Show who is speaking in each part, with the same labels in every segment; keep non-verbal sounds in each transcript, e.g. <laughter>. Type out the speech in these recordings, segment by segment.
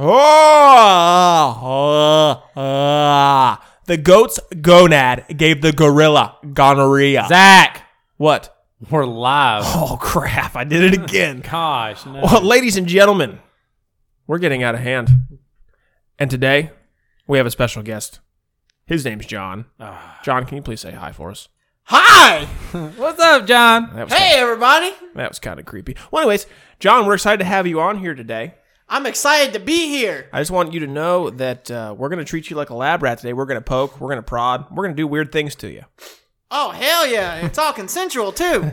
Speaker 1: Oh, uh, The goat's gonad gave the gorilla gonorrhea.
Speaker 2: Zach,
Speaker 1: what?
Speaker 2: we're live.
Speaker 1: Oh, crap. I did it again.
Speaker 2: Gosh, no.
Speaker 1: Well, ladies and gentlemen, we're getting out of hand. And today, we have a special guest. His name's John.
Speaker 2: Ah.
Speaker 1: John, can you please say hi for us?
Speaker 3: Hi!
Speaker 2: <laughs> What's up, John?
Speaker 1: That was
Speaker 3: Hey, everybody!
Speaker 1: that was kind of creepy. Well, anyways, John, we're excited to have you on here today.
Speaker 3: I'm excited to be here.
Speaker 1: I just want you to know that uh, we're going to treat you like a lab rat today. We're going to poke, we're going to prod, we're going to do weird things to you.
Speaker 3: Oh, hell yeah. It's all
Speaker 1: <laughs>
Speaker 3: consensual, too.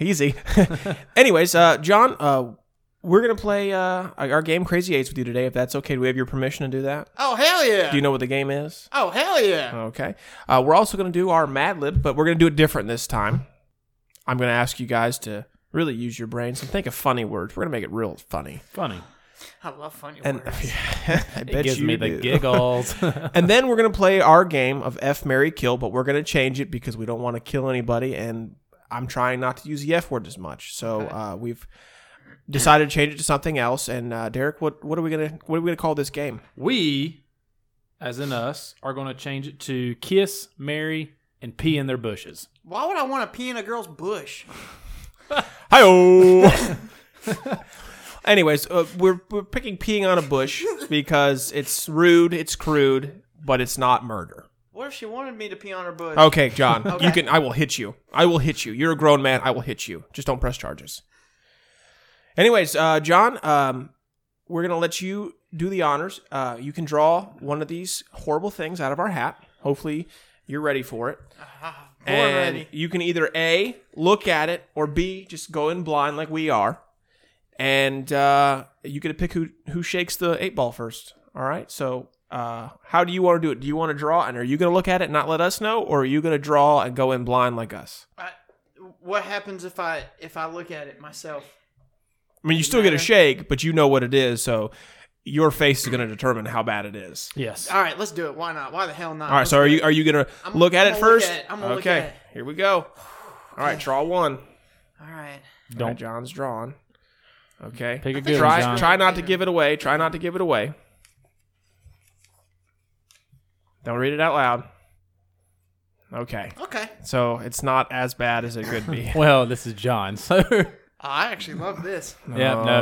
Speaker 1: Easy. <laughs> Anyways, uh, John, uh, we're going to play uh, our game Crazy Eights with you today, if that's okay. Do we have your permission to do that?
Speaker 3: Oh, hell yeah.
Speaker 1: Do you know what the game is?
Speaker 3: oh, hell yeah.
Speaker 1: Okay. Uh, we're also going to do our Mad Lib, but we're going to do it different this time. I'm going to ask you guys to really use your brains and think of funny words. We're going to make it real funny.
Speaker 2: Funny.
Speaker 3: I love funny
Speaker 1: And <laughs>
Speaker 3: words.
Speaker 1: I
Speaker 2: It gives me the
Speaker 1: do. <laughs>
Speaker 2: giggles.
Speaker 1: And then we're going to play our game of F, Mary, Kill, but we're going to change it because we don't want to kill anybody. And I'm trying not to use the F word as much. So uh, we've decided to change it to something else. And uh, Derek, what, what are we going to what are we going to call this game?
Speaker 2: we, as in us, are going to change it to kiss, marry, and pee in their bushes.
Speaker 3: Why would I want to pee in a girl's bush?
Speaker 1: Hi <laughs> Anyways, uh, we're we're picking peeing on a bush because it's rude, it's crude, but it's not murder.
Speaker 3: What if she wanted me to pee on her bush?
Speaker 1: Okay, John,
Speaker 3: Okay.
Speaker 1: you can. I will hit you. I will hit you. You're a grown man. I will hit you. Just don't press charges. Anyways, uh, John, um, we're gonna let you do the honors. Uh, you can draw one of these horrible things out of our hat. Hopefully, you're ready for it.
Speaker 3: Ah, boy,
Speaker 1: And
Speaker 3: ready.
Speaker 1: you can either A, look at it, or B, just go in blind like we are. And uh, you get to pick who, who shakes the eight ball first. All right. So, uh, how do you want to do it? Do you want to draw and are you going to look at it and not let us know? Or are you going to draw and go in blind like us?
Speaker 3: I, what happens if I if I look at it myself?
Speaker 1: I mean, you still get a shake, but you know what it is. So, your face is going to determine how bad it is.
Speaker 2: Yes.
Speaker 3: All right, let's do it. Why not? Why the hell not?
Speaker 1: All right. So, are you are you going to
Speaker 3: I'm-
Speaker 1: look at
Speaker 3: I'm
Speaker 1: it
Speaker 3: gonna look
Speaker 1: first?
Speaker 3: at it. I'm gonna look
Speaker 1: okay.
Speaker 3: at it.
Speaker 1: Here we go. All right. Draw one.
Speaker 3: All right.
Speaker 1: All right,
Speaker 2: Don't
Speaker 1: John's drawn. Okay.
Speaker 2: pick a
Speaker 3: think
Speaker 2: good
Speaker 1: try
Speaker 2: one, John.
Speaker 1: try not to give it away. Try not to give it away. Don't read it out loud. Okay.
Speaker 3: Okay.
Speaker 1: So it's not as bad as it could
Speaker 2: <laughs>
Speaker 1: be.
Speaker 2: Well, this is John, so <laughs> yeah,
Speaker 3: Oh, I actually love this.
Speaker 2: no,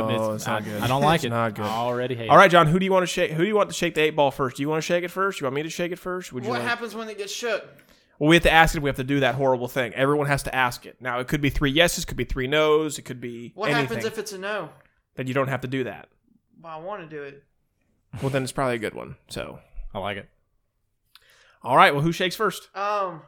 Speaker 2: it's,
Speaker 1: Oh, it's not
Speaker 2: I,
Speaker 1: good.
Speaker 2: I don't like
Speaker 1: It's
Speaker 2: it.
Speaker 1: not good.
Speaker 2: I already hate.
Speaker 1: All right, John, who do you want to shake who do you want to shake the eight ball first? Do you want to shake it first? You want me to shake it first? <laughs> Would you
Speaker 3: What
Speaker 1: like-
Speaker 3: happens when it gets shook?
Speaker 1: Well, we have to ask it. We have to do that horrible thing. Everyone has to ask it. Now, it could be three yeses, could be three nos, it could be
Speaker 3: What
Speaker 1: anything.
Speaker 3: happens if it's a no?
Speaker 1: then you don't have to do that.
Speaker 3: Well, I want to do it.
Speaker 1: Well, then it's probably a good one. So,
Speaker 2: it. I like it.
Speaker 1: all right. Well, who shakes first?
Speaker 3: Um,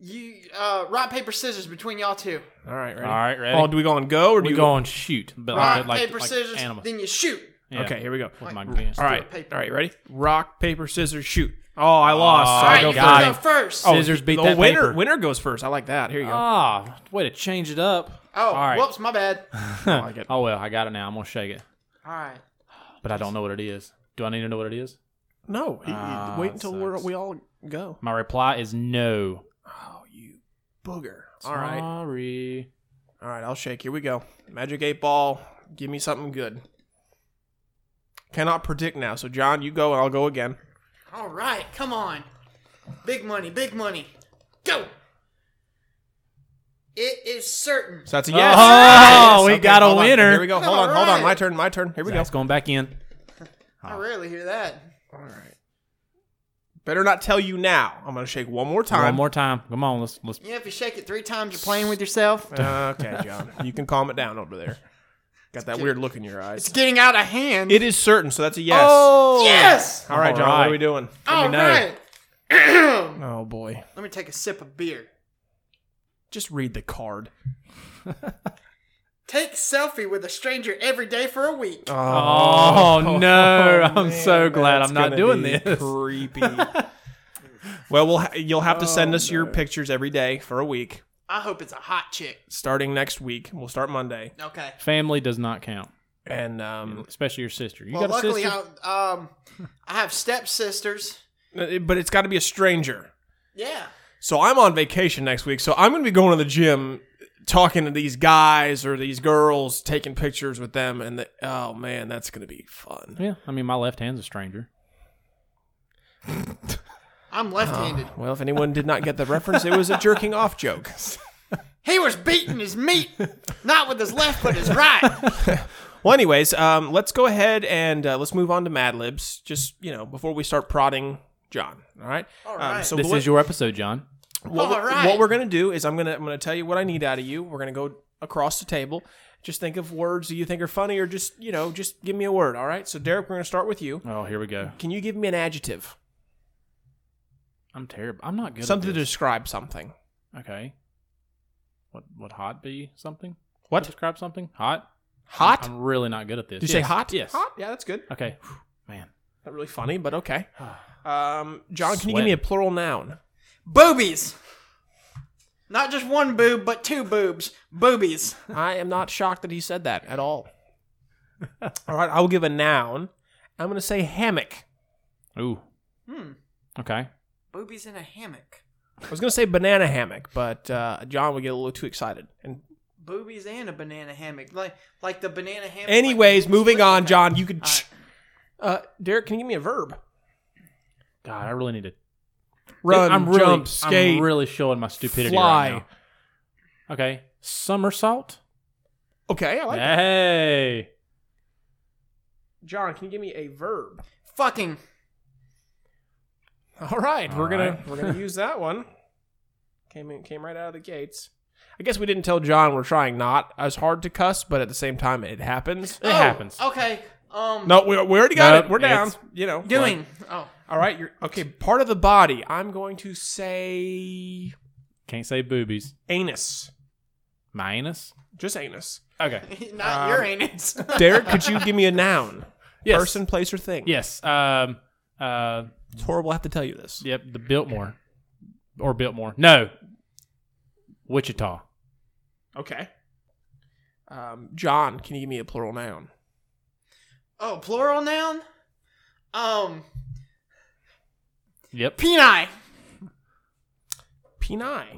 Speaker 3: you uh, rock paper scissors between y'all two.
Speaker 1: All right, ready.
Speaker 2: All right, ready.
Speaker 1: Oh, do we go and go or do
Speaker 2: we
Speaker 1: you
Speaker 2: go and shoot, but
Speaker 3: Rock
Speaker 2: like, like,
Speaker 3: paper
Speaker 2: like
Speaker 3: scissors,
Speaker 2: animal.
Speaker 3: then you shoot.
Speaker 2: Yeah,
Speaker 1: Okay, here we go.
Speaker 2: With my
Speaker 3: Like-
Speaker 2: guns.
Speaker 1: All right,
Speaker 3: paper.
Speaker 1: all right, ready? Rock, paper, scissors, shoot. Oh, I lost. so
Speaker 2: Oh,
Speaker 3: All
Speaker 1: I
Speaker 3: right,
Speaker 1: go
Speaker 2: got
Speaker 3: you
Speaker 1: first.
Speaker 2: got
Speaker 3: go
Speaker 2: it.
Speaker 3: first.
Speaker 1: Oh,
Speaker 2: Scissors beat
Speaker 1: the
Speaker 2: that
Speaker 1: winner.
Speaker 2: paper.
Speaker 1: Winner goes first. I like that. Here you go.
Speaker 2: Ah, way to change it up.
Speaker 1: <laughs>
Speaker 3: Oh,
Speaker 2: all right.
Speaker 3: whoops, my bad. All
Speaker 1: like it.
Speaker 2: <laughs> oh well, I got it now. I'm gonna shake it,
Speaker 3: right.
Speaker 2: but I don't know what it is. Do I need to know what it is?
Speaker 1: no, he- he-
Speaker 2: Ah,
Speaker 1: wait
Speaker 2: that
Speaker 1: until we're,
Speaker 2: sucks.
Speaker 1: we all go.
Speaker 2: My reply is no.
Speaker 1: Oh, you booger. All right,
Speaker 2: Sorry.
Speaker 1: all right. I'll shake. Here we go. Magic eight ball. Give me something good. Cannot predict now. So John, you go and I'll go again.
Speaker 3: All right, come on. Big money, big money. Go. It is certain.
Speaker 1: So that's a yes.
Speaker 2: Oh,
Speaker 1: Yes.
Speaker 2: we got a
Speaker 1: hold on.
Speaker 2: winner.
Speaker 1: Here we go. Hold on,
Speaker 3: All
Speaker 1: hold on.
Speaker 3: right.
Speaker 1: My turn. My turn. Here we go.
Speaker 2: Zach's going back in.
Speaker 3: I rarely hear that.
Speaker 1: All right. Better not tell you now. I'm gonna shake one more time.
Speaker 2: One more time. Come on, let's let's.
Speaker 3: You know, if you shake it three times, you're playing with yourself.
Speaker 1: <laughs> okay, John. You can calm it down over there. Got that weird look in your eyes.
Speaker 3: It's getting out of hand. Oh,
Speaker 1: It is certain, so that's a yes.
Speaker 3: yes.
Speaker 1: All right, John. What
Speaker 2: Oh! Alright.
Speaker 1: are we doing?
Speaker 3: All
Speaker 2: know.
Speaker 3: right.
Speaker 1: Oh boy.
Speaker 3: <clears throat> Let me take a sip of beer.
Speaker 1: Just read the card.
Speaker 3: Take selfie with a stranger every day for a week.
Speaker 2: Uh-huh. Oh,
Speaker 1: <laughs>
Speaker 2: no! <laughs> I'm
Speaker 1: man,
Speaker 2: so glad
Speaker 1: that's
Speaker 2: I'm not
Speaker 1: gonna
Speaker 2: doing
Speaker 1: be
Speaker 2: this. <laughs>
Speaker 1: Creepy. Oh, well, we'll ha- you'll have to send us your pictures every day for a week,
Speaker 3: I hope it's a hot chick.
Speaker 1: starting next week. We'll start Monday,
Speaker 3: Okay.
Speaker 2: Family does not count,
Speaker 1: and um,
Speaker 2: especially your sister. You
Speaker 3: Well,
Speaker 2: got a
Speaker 3: luckily,
Speaker 2: sister?
Speaker 3: I, um, I have stepsisters.
Speaker 1: but it's got to be a stranger.
Speaker 3: Yeah.
Speaker 1: So I'm on vacation next week, so I'm going to be going to the gym talking to these guys or these girls, taking pictures with them, and the, oh man, that's gonna be fun.
Speaker 2: Yeah, I mean, my left hand's a stranger.
Speaker 3: I'm left-handed.
Speaker 2: Oh.
Speaker 1: Well, if anyone did not get the reference, it was a jerking off
Speaker 2: <laughs>
Speaker 1: joke.
Speaker 3: He was beating his meat, not with his left, but his right.
Speaker 1: Well, anyways, um, let's go ahead and uh, let's move on to Mad Libs. Just you know, before we start prodding John. All right.
Speaker 3: All
Speaker 1: Um,
Speaker 3: right.
Speaker 1: so
Speaker 2: This
Speaker 1: what,
Speaker 2: is your episode, John.
Speaker 1: what,
Speaker 3: All
Speaker 1: we're-
Speaker 3: right.
Speaker 1: what we're gonna do is I'm gonna I'm gonna tell you what I need out of you. We're gonna go across the table. Just think of words that you think are funny, or just you know, just give me a word. All right. So Derek, we're gonna start with you.
Speaker 2: Oh, here we go.
Speaker 1: Can you give me an adjective?
Speaker 2: I'm terrible. I'm not good.
Speaker 1: Something
Speaker 2: at
Speaker 1: to
Speaker 2: this.
Speaker 1: describe something.
Speaker 2: Okay. What would hot be? Something?
Speaker 1: What?
Speaker 2: Describe something? Hot?
Speaker 1: Hot?
Speaker 2: I'm really not good at this.
Speaker 1: Did you say
Speaker 2: Yes.
Speaker 1: hot?
Speaker 2: Yes.
Speaker 1: Hot? Yeah, that's good.
Speaker 2: Okay. <sighs> Whew, Man.
Speaker 1: Not really funny, but
Speaker 2: <sighs>
Speaker 1: okay. Um, John, can you give
Speaker 2: Ah. Sweat.
Speaker 1: me a plural
Speaker 2: <laughs>
Speaker 1: noun?
Speaker 3: Boobies. Not just one boob, but two boobs. Boobies.
Speaker 1: I am not shocked that he said that at
Speaker 2: <laughs>
Speaker 1: all. all right, I will give a noun. I'm going to say hammock.
Speaker 2: Ooh.
Speaker 3: Hmm.
Speaker 2: Okay.
Speaker 3: Boobies in a hammock.
Speaker 1: I was going to say banana hammock, but uh, John would get a little too excited. And
Speaker 3: Boobies and a banana hammock, like like the banana hammock.
Speaker 1: anyways,
Speaker 3: like-
Speaker 1: moving on,
Speaker 3: Okay.
Speaker 1: John. You could.
Speaker 3: All right.
Speaker 1: Uh, Derek, can you give me a verb?
Speaker 2: God, I really need to
Speaker 1: Run,
Speaker 2: I'm really,
Speaker 1: jump, skate,
Speaker 2: I'm really showing my stupidity
Speaker 1: fly.
Speaker 2: right now. Okay. Somersault.
Speaker 1: Okay, I like. that.
Speaker 2: hey.
Speaker 1: John, can you give me a verb?
Speaker 3: Fucking.
Speaker 1: All right,
Speaker 2: All
Speaker 1: we're gonna
Speaker 2: right.
Speaker 1: we're <laughs> gonna use that one. Came in, came right out of the gates. I guess we didn't tell John we're trying not as hard to cuss, but at the same time, it happens.
Speaker 2: It happens.
Speaker 3: Oh, Okay.
Speaker 1: <laughs>
Speaker 3: Um.
Speaker 1: No, we, we already got
Speaker 2: Nope,
Speaker 1: it. We're down.
Speaker 2: it's-
Speaker 1: You know,
Speaker 3: Doing. Oh. <laughs>
Speaker 1: All right, you're okay. Part of the body. I'm going to say
Speaker 2: Can't say boobies.
Speaker 1: anus.
Speaker 2: Minus.
Speaker 1: Just <laughs> anus.
Speaker 2: Okay.
Speaker 3: Not your anus. <laughs>
Speaker 1: Derek, could you give me a <laughs> noun?
Speaker 2: Yes.
Speaker 1: Person, place, or thing.
Speaker 2: Yes. Um. Uh.
Speaker 1: It's horrible. I have to tell you this.
Speaker 2: Yep. The Biltmore, or Biltmore. No. Wichita.
Speaker 1: Okay. Um, John, can you give me a plural noun?
Speaker 3: oh, plural noun. Um.
Speaker 2: Yep.
Speaker 3: Peni.
Speaker 1: Peni. I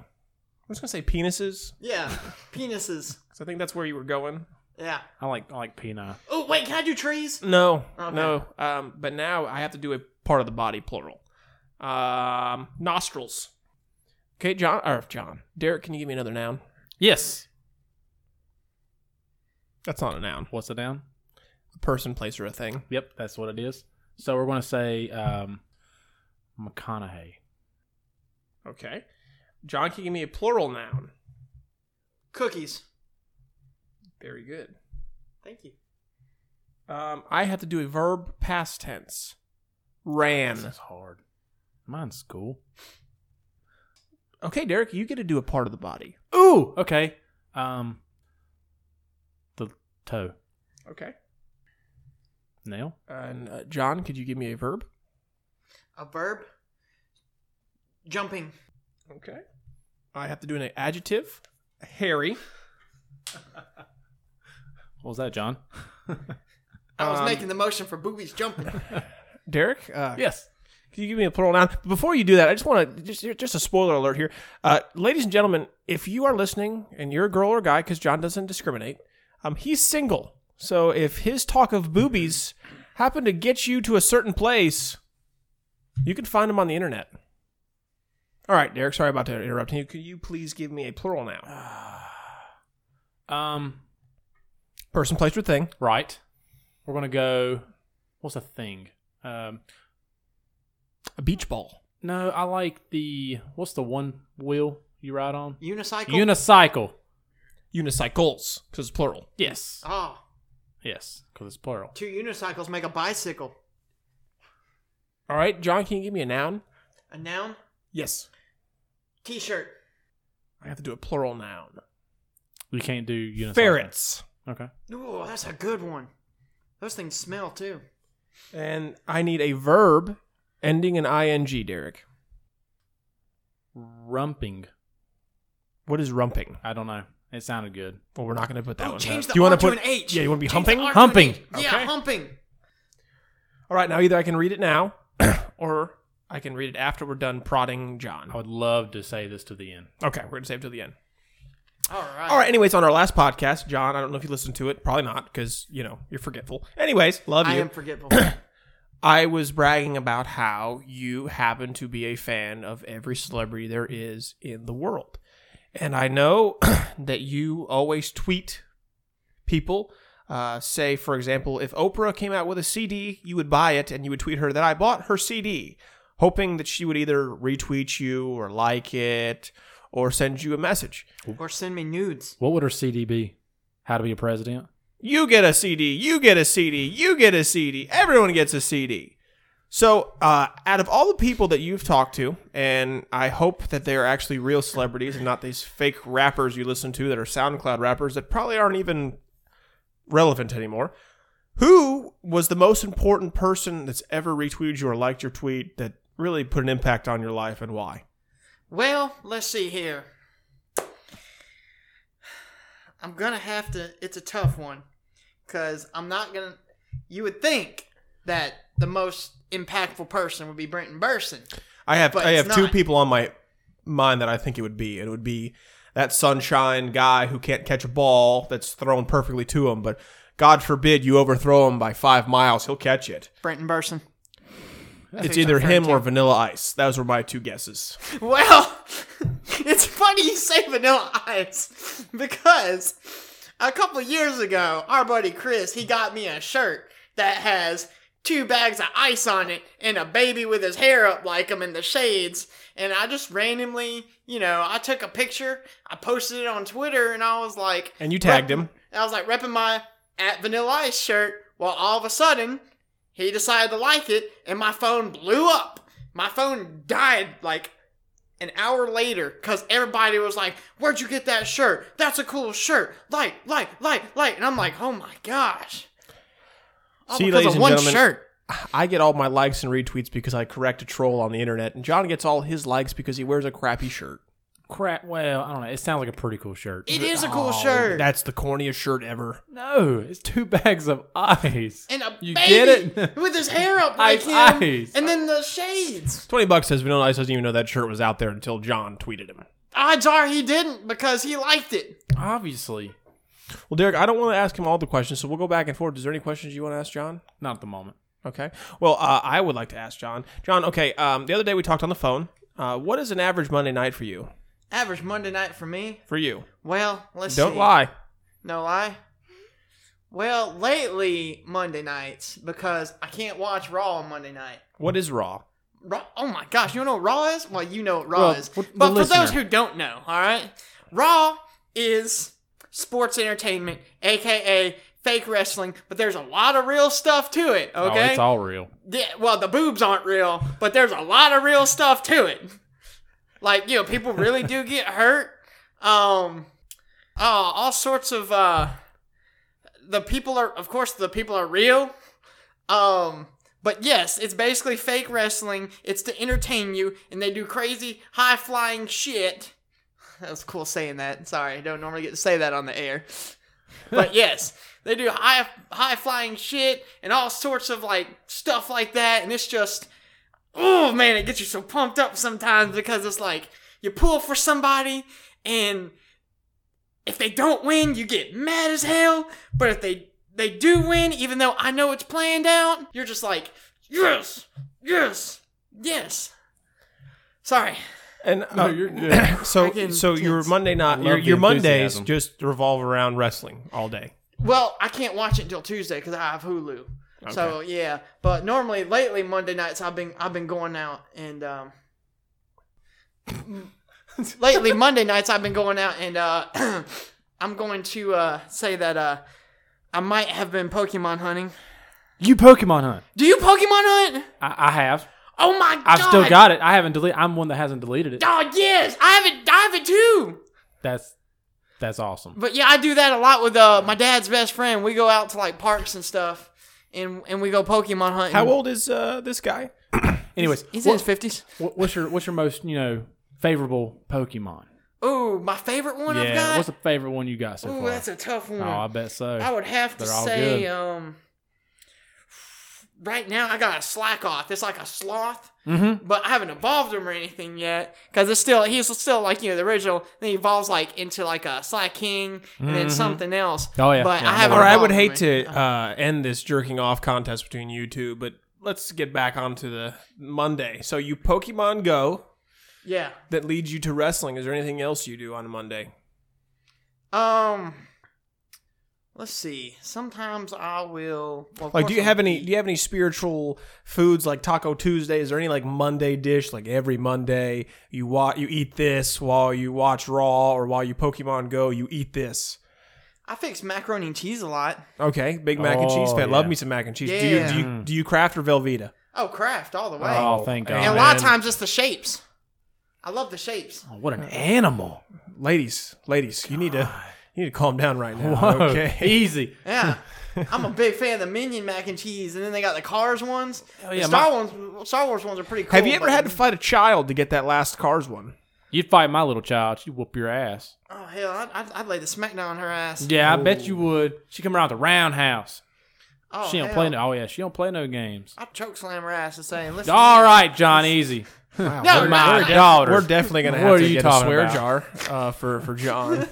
Speaker 1: was gonna say penises
Speaker 3: Yeah. Penises.
Speaker 1: 'cause I think that's where you were going.
Speaker 3: Yeah.
Speaker 2: I like I like Pina.
Speaker 3: Oh wait, can I do trees?
Speaker 1: No,
Speaker 3: Okay.
Speaker 1: no. Um, but now I have to do a part of the body plural. Um, nostrils. Okay, John or John. Derek, can you give me another noun?
Speaker 2: Yes.
Speaker 1: That's not a noun.
Speaker 2: What's it down?
Speaker 1: A person, place, or a thing.
Speaker 2: Yep. That's what it is. So we're going to say um, McConaughey.
Speaker 1: Okay. John can you give me a plural noun.
Speaker 3: Cookies.
Speaker 1: Very good.
Speaker 3: Thank you.
Speaker 1: Um, I have to do a verb past tense. Ran.
Speaker 2: This is hard. Mine's cool.
Speaker 1: Okay, Derek, you get to do a part of the body.
Speaker 2: Ooh. Okay. Um. The toe
Speaker 1: Okay.
Speaker 2: nail.
Speaker 1: And uh, John, could you give me a verb?
Speaker 3: A verb. Jumping.
Speaker 1: Okay. I have to do an adjective. Hairy.
Speaker 2: What was that, John?
Speaker 3: I was
Speaker 1: Um,
Speaker 3: making the motion for boobies jumping.
Speaker 1: Derek, uh,
Speaker 2: Yes.
Speaker 1: Can you give me a plural noun? Before you do that, I just want to just just a spoiler alert here, uh, ladies and gentlemen. If you are listening and you're a girl or guy, because John doesn't discriminate, um, he's single. So if his talk of boobies happened to get you to a certain place, you can find him on the internet. All right, Derek. Sorry about to interrupt you. Could you please give me a plural noun?
Speaker 2: Um.
Speaker 1: Person, place, or thing.
Speaker 2: Right. We're gonna go. What's a thing? Um.
Speaker 1: A beach ball.
Speaker 2: No, I like the. What's the one wheel you ride on?
Speaker 3: Unicycle.
Speaker 2: Unicycle.
Speaker 1: Unicycles, because it's plural.
Speaker 2: Yes.
Speaker 3: oh,
Speaker 2: Yes, because it's plural.
Speaker 3: two unicycles make a bicycle.
Speaker 1: All right, John. Can you give me a noun?
Speaker 3: A noun.
Speaker 1: Yes.
Speaker 3: T-shirt.
Speaker 1: I have to do a plural noun.
Speaker 2: You can't do unicycle.
Speaker 1: Ferrets.
Speaker 2: Okay.
Speaker 3: Ooh, that's a good one. Those things smell too.
Speaker 1: And I need a verb ending in ing, Derek.
Speaker 2: Rumping.
Speaker 1: What is rumping?
Speaker 2: I don't know. It sounded good.
Speaker 1: Well, we're not going to put that
Speaker 3: Oh,
Speaker 1: one.
Speaker 3: change
Speaker 1: down.
Speaker 3: the
Speaker 1: Do you wanna
Speaker 3: R to
Speaker 1: put
Speaker 3: an H.
Speaker 1: Yeah, you want to be
Speaker 3: Change the
Speaker 1: humping?
Speaker 3: R to an
Speaker 2: Humping.
Speaker 3: H. Yeah,
Speaker 1: Okay.
Speaker 3: humping.
Speaker 1: All right, now either I can read it now <coughs> or I can read it after we're done prodding
Speaker 2: I
Speaker 1: John.
Speaker 2: would love to say this to the end.
Speaker 1: Okay, we're going to save till the end.
Speaker 3: All right.
Speaker 1: All right. Anyways, on our last podcast, John, I don't know if you listened to it. Probably not, because you know you're forgetful. Anyways, love you.
Speaker 3: I am forgetful. <coughs>
Speaker 1: I was bragging about how you happen to be a fan of every celebrity there is in the world. And I know <clears throat> that you always tweet people. Uh, say, for example, if Oprah came out with a CD, you would buy it and you would tweet her that I bought her CD, hoping that she would either retweet you or like it or send you a message.
Speaker 3: or send me nudes.
Speaker 2: What would her CD be? How to be a president?
Speaker 1: You get a CD. You get a CD. You get a CD. Everyone gets a CD. So, uh, out of all the people that you've talked to, and I hope that they are actually real celebrities and not these fake rappers you listen to that are SoundCloud rappers that probably aren't even relevant anymore. Who was the most important person that's ever retweeted you or liked your tweet that really put an impact on your life and why?
Speaker 3: Well, let's see here. I'm gonna have to. It's a tough one, cause I'm not gonna. You would think that the most impactful person would be Brenton Burson.
Speaker 1: I have
Speaker 3: But
Speaker 1: I
Speaker 3: it's
Speaker 1: have two
Speaker 3: not.
Speaker 1: people on my mind that I think it would be. It would be that sunshine guy who can't catch a ball that's thrown perfectly to him, but God forbid you overthrow him by five miles, he'll catch it.
Speaker 3: Brenton Burson.
Speaker 1: it's
Speaker 3: who
Speaker 1: either
Speaker 3: he's referring
Speaker 1: him
Speaker 3: to.
Speaker 1: or Vanilla Ice. Those were my two guesses.
Speaker 3: Well, <laughs> it's funny you say Vanilla Ice because a couple years ago, our buddy Chris he got me a shirt that has two bags of ice on it and a baby with his hair up like him in the shades. And I just randomly, you know, I took a picture, I posted it on Twitter, and I was like,
Speaker 1: And you tagged
Speaker 3: rep-
Speaker 1: him.
Speaker 3: I was like repping my at Vanilla Ice shirt. Well, all of a sudden, he decided to like it, and my phone blew up. My phone died like an hour later because everybody was like, Where'd you get that shirt? That's a cool shirt. Like, like, like, like. And I'm like, Oh my gosh. All
Speaker 1: See,
Speaker 3: because
Speaker 1: ladies
Speaker 3: of
Speaker 1: and
Speaker 3: one
Speaker 1: gentlemen-
Speaker 3: shirt.
Speaker 1: I get all my likes and retweets because I correct a troll on the internet, and John gets all his likes because he wears a crappy shirt.
Speaker 2: Crap. Well, I don't know. It sounds like a pretty cool shirt.
Speaker 3: It is a cool
Speaker 1: Oh,
Speaker 2: Oh,
Speaker 3: shirt.
Speaker 1: That's the corniest shirt ever.
Speaker 2: No, it's two <laughs> bags of ice.
Speaker 3: and a
Speaker 2: You
Speaker 3: baby
Speaker 2: get it? <laughs>
Speaker 3: with his hair up like
Speaker 2: Ice,
Speaker 3: him.
Speaker 2: ice.
Speaker 3: And then the shades.
Speaker 1: Twenty bucks says Vanilla Ice doesn't even know that shirt was out there until John tweeted him.
Speaker 3: Odds are he didn't because he liked it.
Speaker 2: Obviously,
Speaker 1: Well, Derek, I don't want to ask him all the questions, so we'll go back and forth. Is there any questions you want to ask John?
Speaker 2: not at the moment.
Speaker 1: Okay. Well, uh, I would like to ask John. John, okay. Um, the other day we talked on the phone. Uh, what is an average Monday night for you?
Speaker 3: Average Monday night for me.
Speaker 1: For you?
Speaker 3: Well, let's
Speaker 1: Don't
Speaker 3: see.
Speaker 1: lie.
Speaker 3: No lie. Well, lately Monday nights because I can't watch Raw on Monday night.
Speaker 1: What is Raw?
Speaker 3: Raw, oh my gosh, you know what Raw is? Well, you know what Raw
Speaker 2: Well,
Speaker 3: is.
Speaker 2: what- the
Speaker 3: But for those
Speaker 2: listener.
Speaker 3: who don't know, all right, Raw is sports entertainment, aka fake wrestling, but there's a lot of real stuff to it.
Speaker 2: Oh,
Speaker 3: Okay.
Speaker 2: it's all real.
Speaker 3: Yeah, well, the boobs aren't real, but there's a lot of real stuff to it. Like, you know, people really do get hurt. Um, oh, all sorts of, uh, the people are, of course, the people are real. Um, but yes, it's basically fake wrestling. It's to entertain you, and they do crazy, high flying shit. <laughs> That was cool saying that. Sorry, I don't normally get to say that on the air. But yes, they do high high flying shit and all sorts of like stuff like that, and it's just oh man, it gets you so pumped up sometimes because it's like you pull for somebody and if they don't win, you get mad as hell. But if they they do win, even though I know it's planned out, you're just like yes, yes, yes. Sorry.
Speaker 1: And uh,
Speaker 2: you're
Speaker 1: <coughs>
Speaker 2: good.
Speaker 1: so,
Speaker 3: Freaking
Speaker 1: so your
Speaker 3: kids.
Speaker 1: Monday night, your,
Speaker 2: love the
Speaker 1: your Mondays
Speaker 2: enthusiasm.
Speaker 1: just revolve around wrestling all day.
Speaker 3: Well, I can't watch it until Tuesday because I have Hulu. So yeah, but normally lately Monday nights I've been I've been going out
Speaker 2: <laughs>
Speaker 3: and um, lately Monday nights I've been going out and uh, <clears throat> I'm going to uh, say that uh, I might have been Pokemon hunting.
Speaker 2: You Pokemon hunt.
Speaker 3: Do you Pokemon hunt?
Speaker 2: I, I have.
Speaker 3: Oh my god!
Speaker 2: I've still got it. I haven't deleted. I'm one that hasn't deleted it.
Speaker 3: Oh yes, I have it. I have it too.
Speaker 2: That's that's awesome.
Speaker 3: But yeah, I do that a lot with uh, my dad's best friend. We go out to like parks and stuff, and and we go Pokemon hunting.
Speaker 1: How old is uh, this guy?
Speaker 2: Anyways,
Speaker 3: He's in
Speaker 2: what,
Speaker 3: his fifties.
Speaker 2: what- what's your what's your most you know favorable Pokemon?
Speaker 3: Ooh, my favorite one I've
Speaker 2: Yeah,
Speaker 3: got.
Speaker 2: what's the favorite one you got so
Speaker 3: Ooh,
Speaker 2: far?
Speaker 3: that's a tough one.
Speaker 2: oh, I bet so.
Speaker 3: I would have to
Speaker 2: They're all
Speaker 3: say,
Speaker 2: good.
Speaker 3: um, right now I got a slack off. It's like a sloth,
Speaker 1: Mm-hmm.
Speaker 3: but I haven't evolved him or anything yet because it's still he's still like you know the original. Then he evolves like into like a slack king and then
Speaker 2: Mhm.
Speaker 3: something else.
Speaker 2: Oh, yeah.
Speaker 3: but
Speaker 2: Yeah,
Speaker 3: I
Speaker 2: I'm
Speaker 3: haven't.
Speaker 1: Or I would
Speaker 3: evolved him
Speaker 1: hate
Speaker 3: or-
Speaker 1: to uh, end this jerking off contest between you two, but let's get back onto the Monday. So you Pokemon Go
Speaker 3: Yeah.
Speaker 1: that leads you to wrestling. Is there anything else you do on a Monday?
Speaker 3: Um. Let's see. Sometimes I will. well, of
Speaker 1: Like,
Speaker 3: course
Speaker 1: do you
Speaker 3: I'll
Speaker 1: have any?
Speaker 3: eat.
Speaker 1: Do you have any spiritual foods like Taco Tuesday? Is there any like Monday dish like every Monday you watch you eat this while you watch Raw or while you Pokemon Go you eat this?
Speaker 3: I fix macaroni and cheese a lot.
Speaker 1: Okay, big mac and cheese
Speaker 2: Oh,
Speaker 1: fan. Love
Speaker 2: yeah.
Speaker 1: me some mac and cheese. Do you do you
Speaker 2: Yeah.
Speaker 1: do you craft or Velveeta?
Speaker 3: Oh, craft all the way.
Speaker 2: Oh, thank God.
Speaker 3: and a lot of
Speaker 1: man.
Speaker 3: times it's the shapes. I love the shapes.
Speaker 2: Oh, what an animal.
Speaker 1: ladies, ladies, you need to you need to calm down right now.
Speaker 2: Whoa.
Speaker 1: Okay.
Speaker 2: <laughs> Easy.
Speaker 3: Yeah, I'm a big fan of the Minion mac and cheese, and then they got the Cars ones.
Speaker 2: Oh, yeah,
Speaker 3: the Star ones, Star Wars ones are pretty cool.
Speaker 1: Have you ever
Speaker 3: but-
Speaker 1: had to fight a child to get that last Cars one?
Speaker 2: You'd fight my little child. She'd whoop your ass.
Speaker 3: Oh hell, I'd, I'd, I'd lay the smack down on her ass.
Speaker 2: Yeah, I bet you would. She come around the roundhouse.
Speaker 3: oh,
Speaker 2: she don't
Speaker 3: hell.
Speaker 2: play no. Oh yeah, she don't play no games.
Speaker 3: I'd choke slam her ass and say, "Listen,
Speaker 2: All right, John Easy.
Speaker 3: no,
Speaker 2: We're
Speaker 3: no,
Speaker 2: my
Speaker 3: no.
Speaker 2: daughter.
Speaker 1: We're definitely gonna have
Speaker 2: What are
Speaker 1: to
Speaker 2: you
Speaker 1: get a
Speaker 2: talking
Speaker 1: swear
Speaker 2: about?
Speaker 1: jar uh, for for <laughs> John.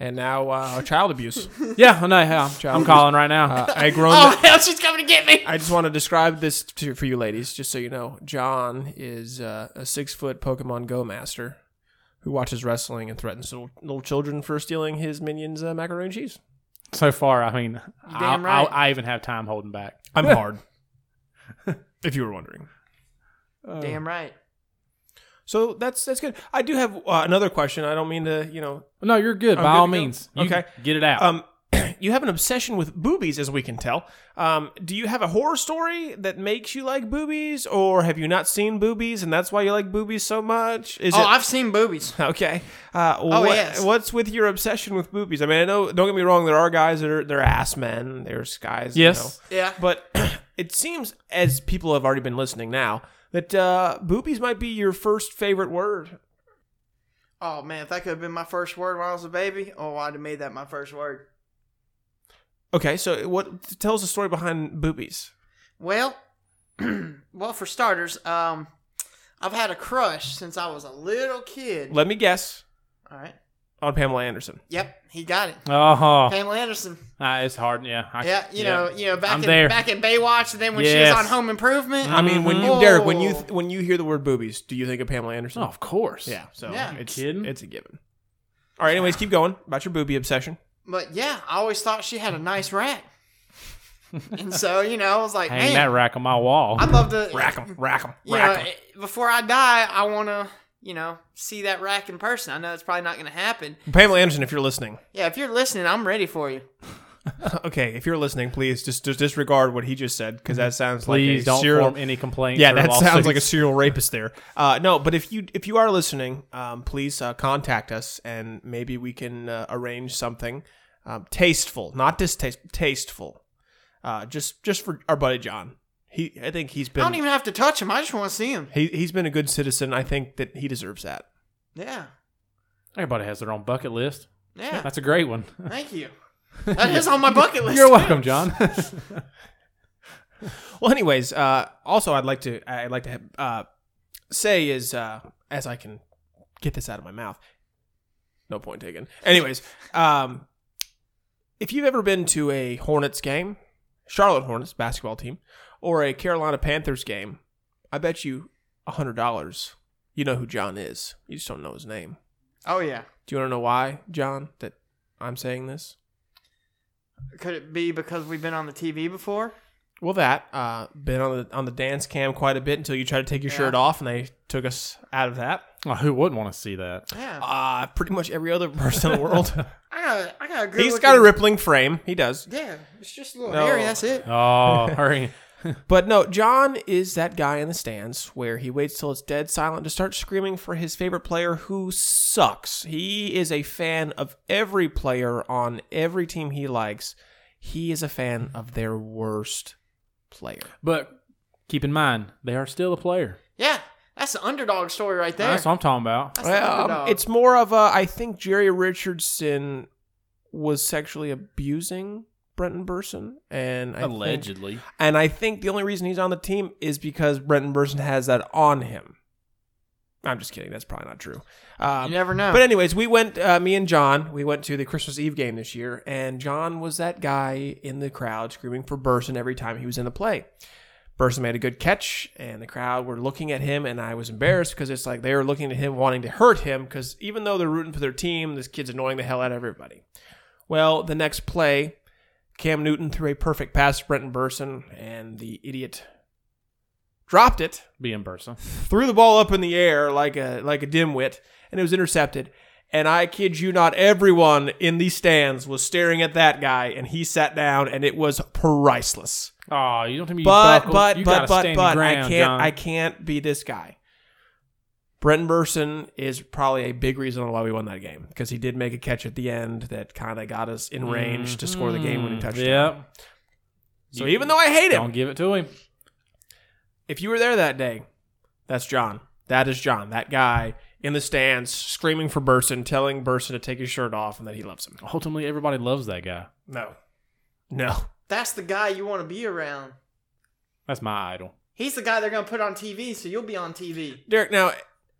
Speaker 1: and now uh, child <laughs> abuse.
Speaker 2: yeah, I know. yeah,
Speaker 1: <laughs>
Speaker 2: I'm, I'm calling right now.
Speaker 1: Uh, I grown.
Speaker 3: Oh <laughs> hell, she's coming to get me."
Speaker 1: I just want to describe this to, for you ladies, just so you know. John is uh, a six foot Pokemon Go master who watches wrestling and threatens little, little children for stealing his minions' uh, macaroni and cheese.
Speaker 2: so far, I mean, I,
Speaker 3: damn right.
Speaker 2: I, I even have time holding back.
Speaker 1: I'm <laughs> hard, if you were wondering.
Speaker 2: Oh.
Speaker 3: Damn right.
Speaker 1: So that's that's good. I do have uh, another question. I don't mean to, you know.
Speaker 2: No, you're good.
Speaker 1: I'm
Speaker 2: By
Speaker 1: Oh, good
Speaker 2: all
Speaker 1: to go.
Speaker 2: means, You
Speaker 1: Okay.
Speaker 2: get it out.
Speaker 1: Um, <clears throat> you have an obsession with boobies, as we can tell. Um, do you have a horror story that makes you like boobies, or have you not seen boobies and that's why you like boobies so much? Is
Speaker 3: Oh,
Speaker 1: it
Speaker 3: I've seen boobies.
Speaker 1: <laughs> okay? Uh,
Speaker 3: Oh,
Speaker 1: what-
Speaker 3: yes.
Speaker 1: What's with your obsession with boobies? I mean, I know. Don't get me wrong. There are guys that are they're ass men. There's guys. you
Speaker 2: Yes.
Speaker 1: know,
Speaker 3: Yeah.
Speaker 1: but <clears throat> it seems, as people have already been listening now, that uh, boobies might be your first favorite word.
Speaker 3: Oh man, if that could have been my first word when I was a baby, oh, I'd have made that my first word.
Speaker 1: Okay, so what tells the story behind boobies?
Speaker 3: Well, <clears throat> well, for starters, um, I've had a crush since I was a little kid.
Speaker 1: Let me guess
Speaker 3: All right.
Speaker 1: on Pamela Anderson.
Speaker 3: Yep, he got it.
Speaker 2: oh,
Speaker 3: Pamela Anderson.
Speaker 2: Ah, it's hard. Yeah, I-
Speaker 3: Yeah, you
Speaker 2: yeah.
Speaker 3: know, you know, back
Speaker 2: I'm
Speaker 3: in
Speaker 2: there.
Speaker 3: back in Baywatch, and then when she
Speaker 2: Yes.
Speaker 3: was on Home Improvement.
Speaker 1: I mean, when you
Speaker 3: Mhm.
Speaker 1: Derek, when you
Speaker 3: Oh.
Speaker 1: when you hear the word boobies, do you think of Pamela Anderson?
Speaker 2: Oh, of course.
Speaker 1: yeah. So
Speaker 3: Yeah.
Speaker 1: it's
Speaker 2: Kidding?
Speaker 1: it's a given. All right. Anyways, keep going about your boobie obsession.
Speaker 3: but yeah, I always thought she had a nice rack, and so you know, I was like,
Speaker 2: Hang
Speaker 3: man,
Speaker 2: that rack on my wall.
Speaker 3: I'd love to
Speaker 1: Rack them, rack them,
Speaker 3: You know, eh, before I die, I want to you know see that rack in person. I know it's probably not going to happen.
Speaker 1: Pamela Anderson, if you're listening, <laughs>
Speaker 3: Yeah, if you're listening, I'm ready for you.
Speaker 1: okay, if you're listening, please just, just disregard what he just said because that sounds
Speaker 2: Please
Speaker 1: like a
Speaker 2: don't
Speaker 1: serial-
Speaker 2: form any complaints.
Speaker 1: Yeah,
Speaker 2: or
Speaker 1: that sounds like a
Speaker 2: lawsuits.
Speaker 1: serial rapist there. Uh, no, but if you if you are listening, um, please uh, contact us and maybe we can uh, arrange something um, tasteful, not distasteful, tasteful. Uh, just just for our buddy John. He I think he's
Speaker 3: I don't
Speaker 1: been
Speaker 3: even have to touch him. I just want to see him.
Speaker 1: he he's been a good citizen. I think that he deserves that.
Speaker 3: Yeah,
Speaker 2: Everybody has their own bucket list. <laughs>
Speaker 3: yeah.
Speaker 2: That's a great one.
Speaker 3: Thank you. That is on my bucket list.
Speaker 2: You're welcome, John. <laughs>
Speaker 1: Well, anyways, uh, also I'd like to I'd like to have, uh, say is uh, as I can get this out of my mouth. No point taken. Anyways, um, if you've ever been to a Hornets game, Charlotte Hornets basketball team, or a Carolina Panthers game, I bet you hundred dollars you know who John is. You just don't know his name.
Speaker 3: Oh yeah.
Speaker 1: Do you want to know why, John? That I'm saying this.
Speaker 3: Could it be because we've been on the TV before?
Speaker 1: Well, that uh, been on the on the dance cam quite a bit until you tried to take your
Speaker 3: Yeah.
Speaker 1: shirt off, and they took us out of that.
Speaker 2: Well, Oh, who wouldn't want to see that?
Speaker 3: Yeah.
Speaker 1: Uh, pretty much every other person in the world.
Speaker 3: I got I got a <laughs> good.
Speaker 1: He's got a rippling frame. He does.
Speaker 3: Yeah, it's just a little
Speaker 1: No.
Speaker 3: hairy. That's it.
Speaker 2: Oh, <laughs> hurry.
Speaker 1: But no, John is that guy in the stands where he waits till it's dead silent to start screaming for his favorite player who sucks. He is a fan of every player on every team he likes. He is a fan of their worst player.
Speaker 2: But keep in mind, they are still a player.
Speaker 3: Yeah, that's the underdog story right there.
Speaker 2: That's what I'm talking about.
Speaker 3: That's the
Speaker 1: Well, um,
Speaker 3: underdog.
Speaker 1: it's more of a. I think Jerry Richardson was sexually abusing Brenton Burson, and I think,
Speaker 2: Allegedly.
Speaker 1: and I think the only reason he's on the team is because Brenton Burson has that on him. I'm just kidding. That's probably not true.
Speaker 3: You
Speaker 1: Um,
Speaker 3: never know.
Speaker 1: but anyways, we went. Uh, me and John, we went to the Christmas Eve game this year, and John was that guy in the crowd screaming for Burson every time he was in the play. Burson made a good catch, and the crowd were looking at him, and I was embarrassed because it's like they were looking at him, wanting to hurt him, because even though they're rooting for their team, this kid's annoying the hell out of everybody. Well, the next play, Cam Newton threw a perfect pass to Brenton Burson, and the idiot dropped it
Speaker 2: Being Bursa.
Speaker 1: threw the ball up in the air like a like a dimwit, and it was intercepted. And I kid you not, everyone in the stands was staring at that guy, and he sat down, and it was priceless.
Speaker 2: Oh, you don't tell me you
Speaker 1: But
Speaker 2: buckled.
Speaker 1: but
Speaker 2: you
Speaker 1: but
Speaker 2: gotta
Speaker 1: but
Speaker 2: stand
Speaker 1: but I
Speaker 2: ground,
Speaker 1: can't
Speaker 2: John.
Speaker 1: I can't be this guy. Brenton Burson is probably a big reason why we won that game because he did make a catch at the end that kind of got us in range to score the game-winning
Speaker 2: Mhm.
Speaker 1: touchdown.
Speaker 2: Yep.
Speaker 1: So
Speaker 2: You-
Speaker 1: even though I hate him,
Speaker 2: don't give it to him.
Speaker 1: if you were there that day, that's John. That is John. That guy in the stands screaming for Burson, telling Burson to take his shirt off and that he loves him.
Speaker 2: Ultimately, everybody loves that guy.
Speaker 1: No. No.
Speaker 3: That's the guy you want to be around.
Speaker 2: That's my idol.
Speaker 3: He's the guy they're going to put on TV, so you'll be on TV.
Speaker 1: <laughs> Derek, now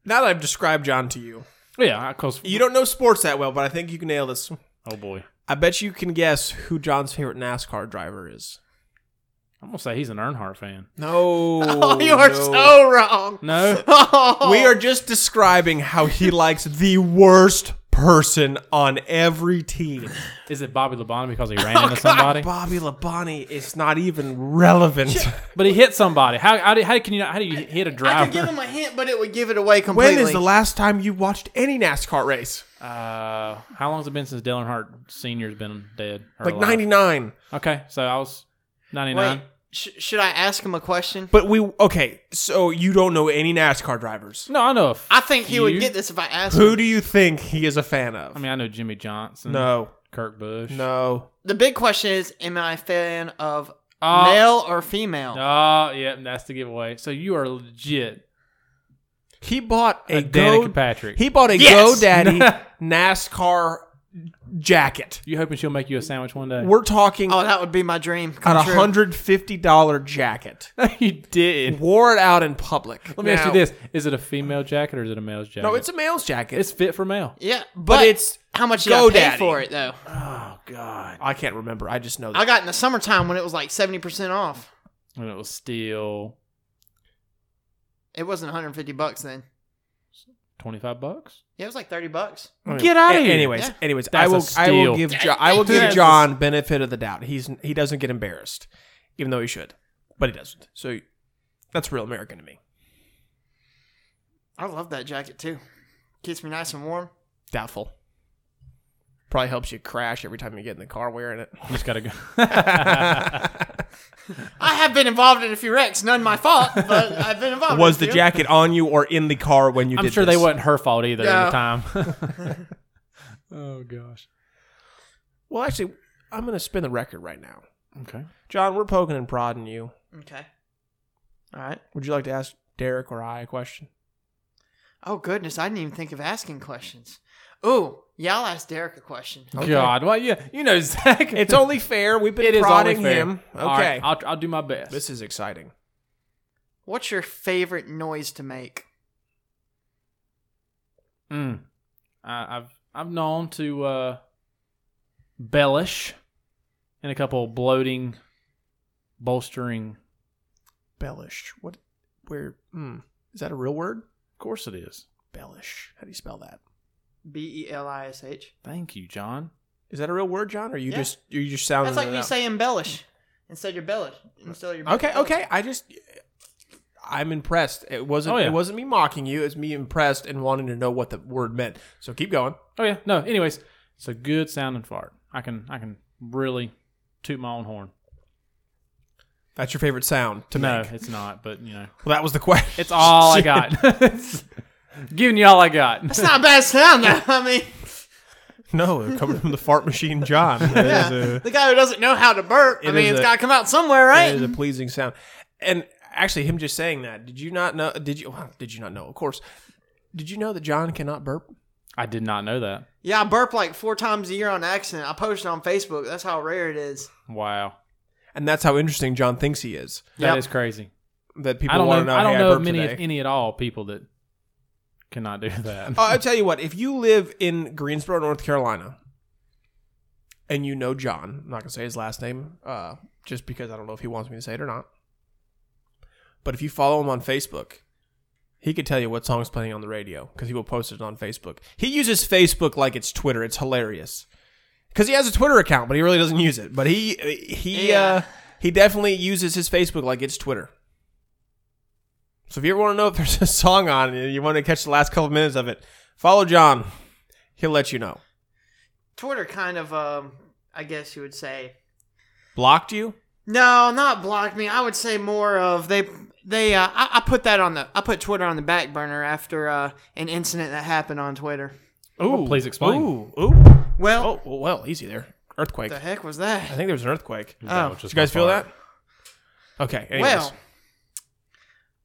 Speaker 1: now that I've described John to you,
Speaker 2: Yeah,
Speaker 1: <laughs>
Speaker 2: cause
Speaker 1: you don't know sports that well, but I think you can nail this.
Speaker 2: Oh boy,
Speaker 1: I bet you can guess who John's favorite NASCAR driver is.
Speaker 2: I'm gonna say he's an Earnhardt fan.
Speaker 1: <laughs> No.
Speaker 3: Oh, <laughs> you are
Speaker 1: no.
Speaker 3: so wrong.
Speaker 2: No,
Speaker 1: We are just describing how <laughs> he likes the worst person on every team.
Speaker 2: is it Bobby Labonte because he
Speaker 1: <laughs>
Speaker 2: ran into somebody?
Speaker 1: Bobby Labonte is not even <laughs> relevant.
Speaker 2: But he hit somebody. How, how, do, how can you not, how do you hit a
Speaker 3: <laughs>
Speaker 1: <laughs>
Speaker 3: I could give
Speaker 2: driver?
Speaker 3: him a hint, but it would give it away completely.
Speaker 1: When is the last time you watched any NASCAR race?
Speaker 2: Uh, how long has it been since Dale Earnhardt Senior's been dead? or
Speaker 1: Like
Speaker 2: alive?
Speaker 1: 99.
Speaker 2: Okay, so I was 99.
Speaker 3: Wait, sh- should I ask him a question?
Speaker 1: But we okay, so you don't know any NASCAR drivers.
Speaker 2: No, I know. If,
Speaker 3: I think he would
Speaker 2: You?
Speaker 3: get this if I asked him.
Speaker 1: Who do you think he is a fan of?
Speaker 2: I mean, I know Jimmy Johnson.
Speaker 1: no.
Speaker 2: Kirk Bush.
Speaker 1: No.
Speaker 3: The big question is, am I a fan of
Speaker 1: Uh,
Speaker 2: Oh,
Speaker 3: male or female?
Speaker 2: oh, yeah, that's the giveaway. So you are legit
Speaker 1: He bought a,
Speaker 2: a
Speaker 1: Go
Speaker 2: Danica Patrick.
Speaker 1: He bought a <laughs>
Speaker 3: Yes!
Speaker 1: GoDaddy NASCAR jacket.
Speaker 2: you hoping she'll make you a sandwich one day?
Speaker 1: We're talking
Speaker 3: Oh, that would be my dream.
Speaker 1: an
Speaker 3: Come true.
Speaker 1: $150 jacket.
Speaker 2: <laughs> you did.
Speaker 1: Wore it out in public.
Speaker 2: Let me ask you this: Is it a female jacket or is it a male's jacket?
Speaker 1: No, it's a male's jacket.
Speaker 2: it's fit for male.
Speaker 3: Yeah, but,
Speaker 1: but it's
Speaker 3: how much did I pay
Speaker 1: GoDaddy.
Speaker 3: for it though?
Speaker 2: Oh God!
Speaker 1: I can't remember. I just know that.
Speaker 3: I got in the summertime when it was like seventy percent off.
Speaker 2: And it was still
Speaker 3: It wasn't one hundred fifty bucks then.
Speaker 2: twenty five bucks.
Speaker 3: Yeah, it was like thirty bucks.
Speaker 2: Get outta
Speaker 1: A-
Speaker 2: here.
Speaker 1: Anyways,
Speaker 3: Yeah.
Speaker 1: anyways, I
Speaker 2: That's
Speaker 1: will
Speaker 2: a
Speaker 1: I will
Speaker 2: steal.
Speaker 1: give jo- I will give
Speaker 2: That's a-
Speaker 1: John benefit of the doubt. He's he doesn't get embarrassed, even though he should, but he doesn't. So that's real American to me.
Speaker 3: I love that jacket too. Keeps me nice and warm.
Speaker 1: Doubtful. Probably helps you crash every time you get in the car wearing it.
Speaker 2: You just gotta go.
Speaker 3: I have been involved in a few wrecks, none my fault,
Speaker 1: <laughs>
Speaker 3: but I've been
Speaker 1: <laughs>
Speaker 3: involved.
Speaker 1: Was
Speaker 3: in a
Speaker 1: the
Speaker 3: few.
Speaker 1: jacket on you or in the car when you
Speaker 2: I'm
Speaker 1: did
Speaker 2: sure they
Speaker 1: this?
Speaker 2: wasn't her fault either at
Speaker 3: No.
Speaker 1: <laughs>
Speaker 2: the time. <laughs> oh gosh.
Speaker 1: Well, actually, I'm going to spin the record right now.
Speaker 2: Okay.
Speaker 1: John, we're poking and prodding you.
Speaker 3: Okay. All right.
Speaker 1: Would you like to ask Derek or I a question?
Speaker 3: Oh goodness, I didn't even think of asking questions. Ooh, yeah, I'll ask Derek a question.
Speaker 1: Oh.
Speaker 2: God, well, yeah, you know Zach. <laughs>
Speaker 1: It's only fair. We've been
Speaker 2: It is only
Speaker 1: prodding
Speaker 2: fair.
Speaker 1: him. Okay.
Speaker 2: All right, I'll, I'll do my best.
Speaker 1: This is exciting.
Speaker 3: What's your favorite noise to make?
Speaker 2: Mm. I, I've I've known to uh, bellish in a couple of bloating, bolstering.
Speaker 1: Bellish. What? Where? Hmm. Is that a real word?
Speaker 2: Of course, it is.
Speaker 1: Bellish. How do you spell that?
Speaker 3: B E L I S H.
Speaker 2: Thank you, John.
Speaker 1: Is that a real word, John? Or you
Speaker 3: Yeah.
Speaker 1: just you just sounding
Speaker 3: That's like
Speaker 1: it
Speaker 3: you
Speaker 1: out?
Speaker 3: say embellish instead of bellish instead of your
Speaker 1: Okay, okay. I just I'm impressed. It wasn't
Speaker 2: Oh, yeah.
Speaker 1: it wasn't me mocking you. It was me impressed and wanting to know what the word meant. So keep going.
Speaker 2: Oh yeah. No. Anyways, it's a good sounding fart. I can I can really toot my own horn.
Speaker 1: That's your favorite sound to
Speaker 2: No,
Speaker 1: make.
Speaker 2: it's not. But you know,
Speaker 1: Well, that was the <laughs> question.
Speaker 2: it's all I <laughs> got. Giving you all I got.
Speaker 3: That's not a bad sound though. <laughs> I mean,
Speaker 1: no, it coming from the fart machine, <laughs> John. It is
Speaker 3: yeah,
Speaker 1: a-
Speaker 3: the guy who doesn't know how to burp. I
Speaker 1: It
Speaker 3: mean,
Speaker 1: is
Speaker 3: it's
Speaker 1: a-
Speaker 3: got to come out somewhere,
Speaker 1: It is
Speaker 3: right?
Speaker 1: a pleasing sound. And actually, him just saying that. Did you not know? Did you? Well, did you not know? Of course. Did you know that John cannot burp?
Speaker 2: I did not know that.
Speaker 3: Yeah, I burp like four times a year on accident. I post it on Facebook. That's how rare it is.
Speaker 2: Wow,
Speaker 1: And that's how interesting John thinks he is.
Speaker 2: that is
Speaker 3: Yep.
Speaker 2: crazy.
Speaker 1: That
Speaker 2: I
Speaker 1: people
Speaker 2: don't
Speaker 1: want
Speaker 2: know.
Speaker 1: to know.
Speaker 2: I don't
Speaker 1: hey,
Speaker 2: know
Speaker 1: burped
Speaker 2: many,
Speaker 1: today.
Speaker 2: if any at all, people that cannot do <laughs> that.
Speaker 1: Oh, I tell you what, if you live in Greensboro, North Carolina, and you know John, I'm not gonna say his last name, uh, just because I don't know if he wants me to say it or not. But if you follow him on Facebook, he could tell you what song's playing on the radio because he will post it on Facebook. He uses Facebook like it's Twitter. It's hilarious because he has a Twitter account, but he really doesn't use it. But he he uh,
Speaker 3: Yeah.
Speaker 1: he definitely uses his Facebook like it's Twitter. So if you ever want to know if there's a song on and you want to catch the last couple minutes of it, follow John. He'll let you know.
Speaker 3: Twitter kind of, um, I guess you would say,
Speaker 1: Blocked you?
Speaker 3: no, not blocked me. I would say more of they they. Uh, I, I put that on the I put Twitter on the back burner after uh, an incident that happened on Twitter.
Speaker 1: Ooh,
Speaker 2: please explain.
Speaker 1: Ooh, ooh.
Speaker 3: Well,
Speaker 1: Oh, well, well, easy there. Earthquake.
Speaker 3: the
Speaker 1: I
Speaker 3: heck was that?
Speaker 1: think there was an earthquake. Did
Speaker 3: Oh.
Speaker 2: was just
Speaker 1: you guys
Speaker 2: my
Speaker 1: feel
Speaker 2: fault.
Speaker 1: that? Okay. Anyways.
Speaker 3: Well,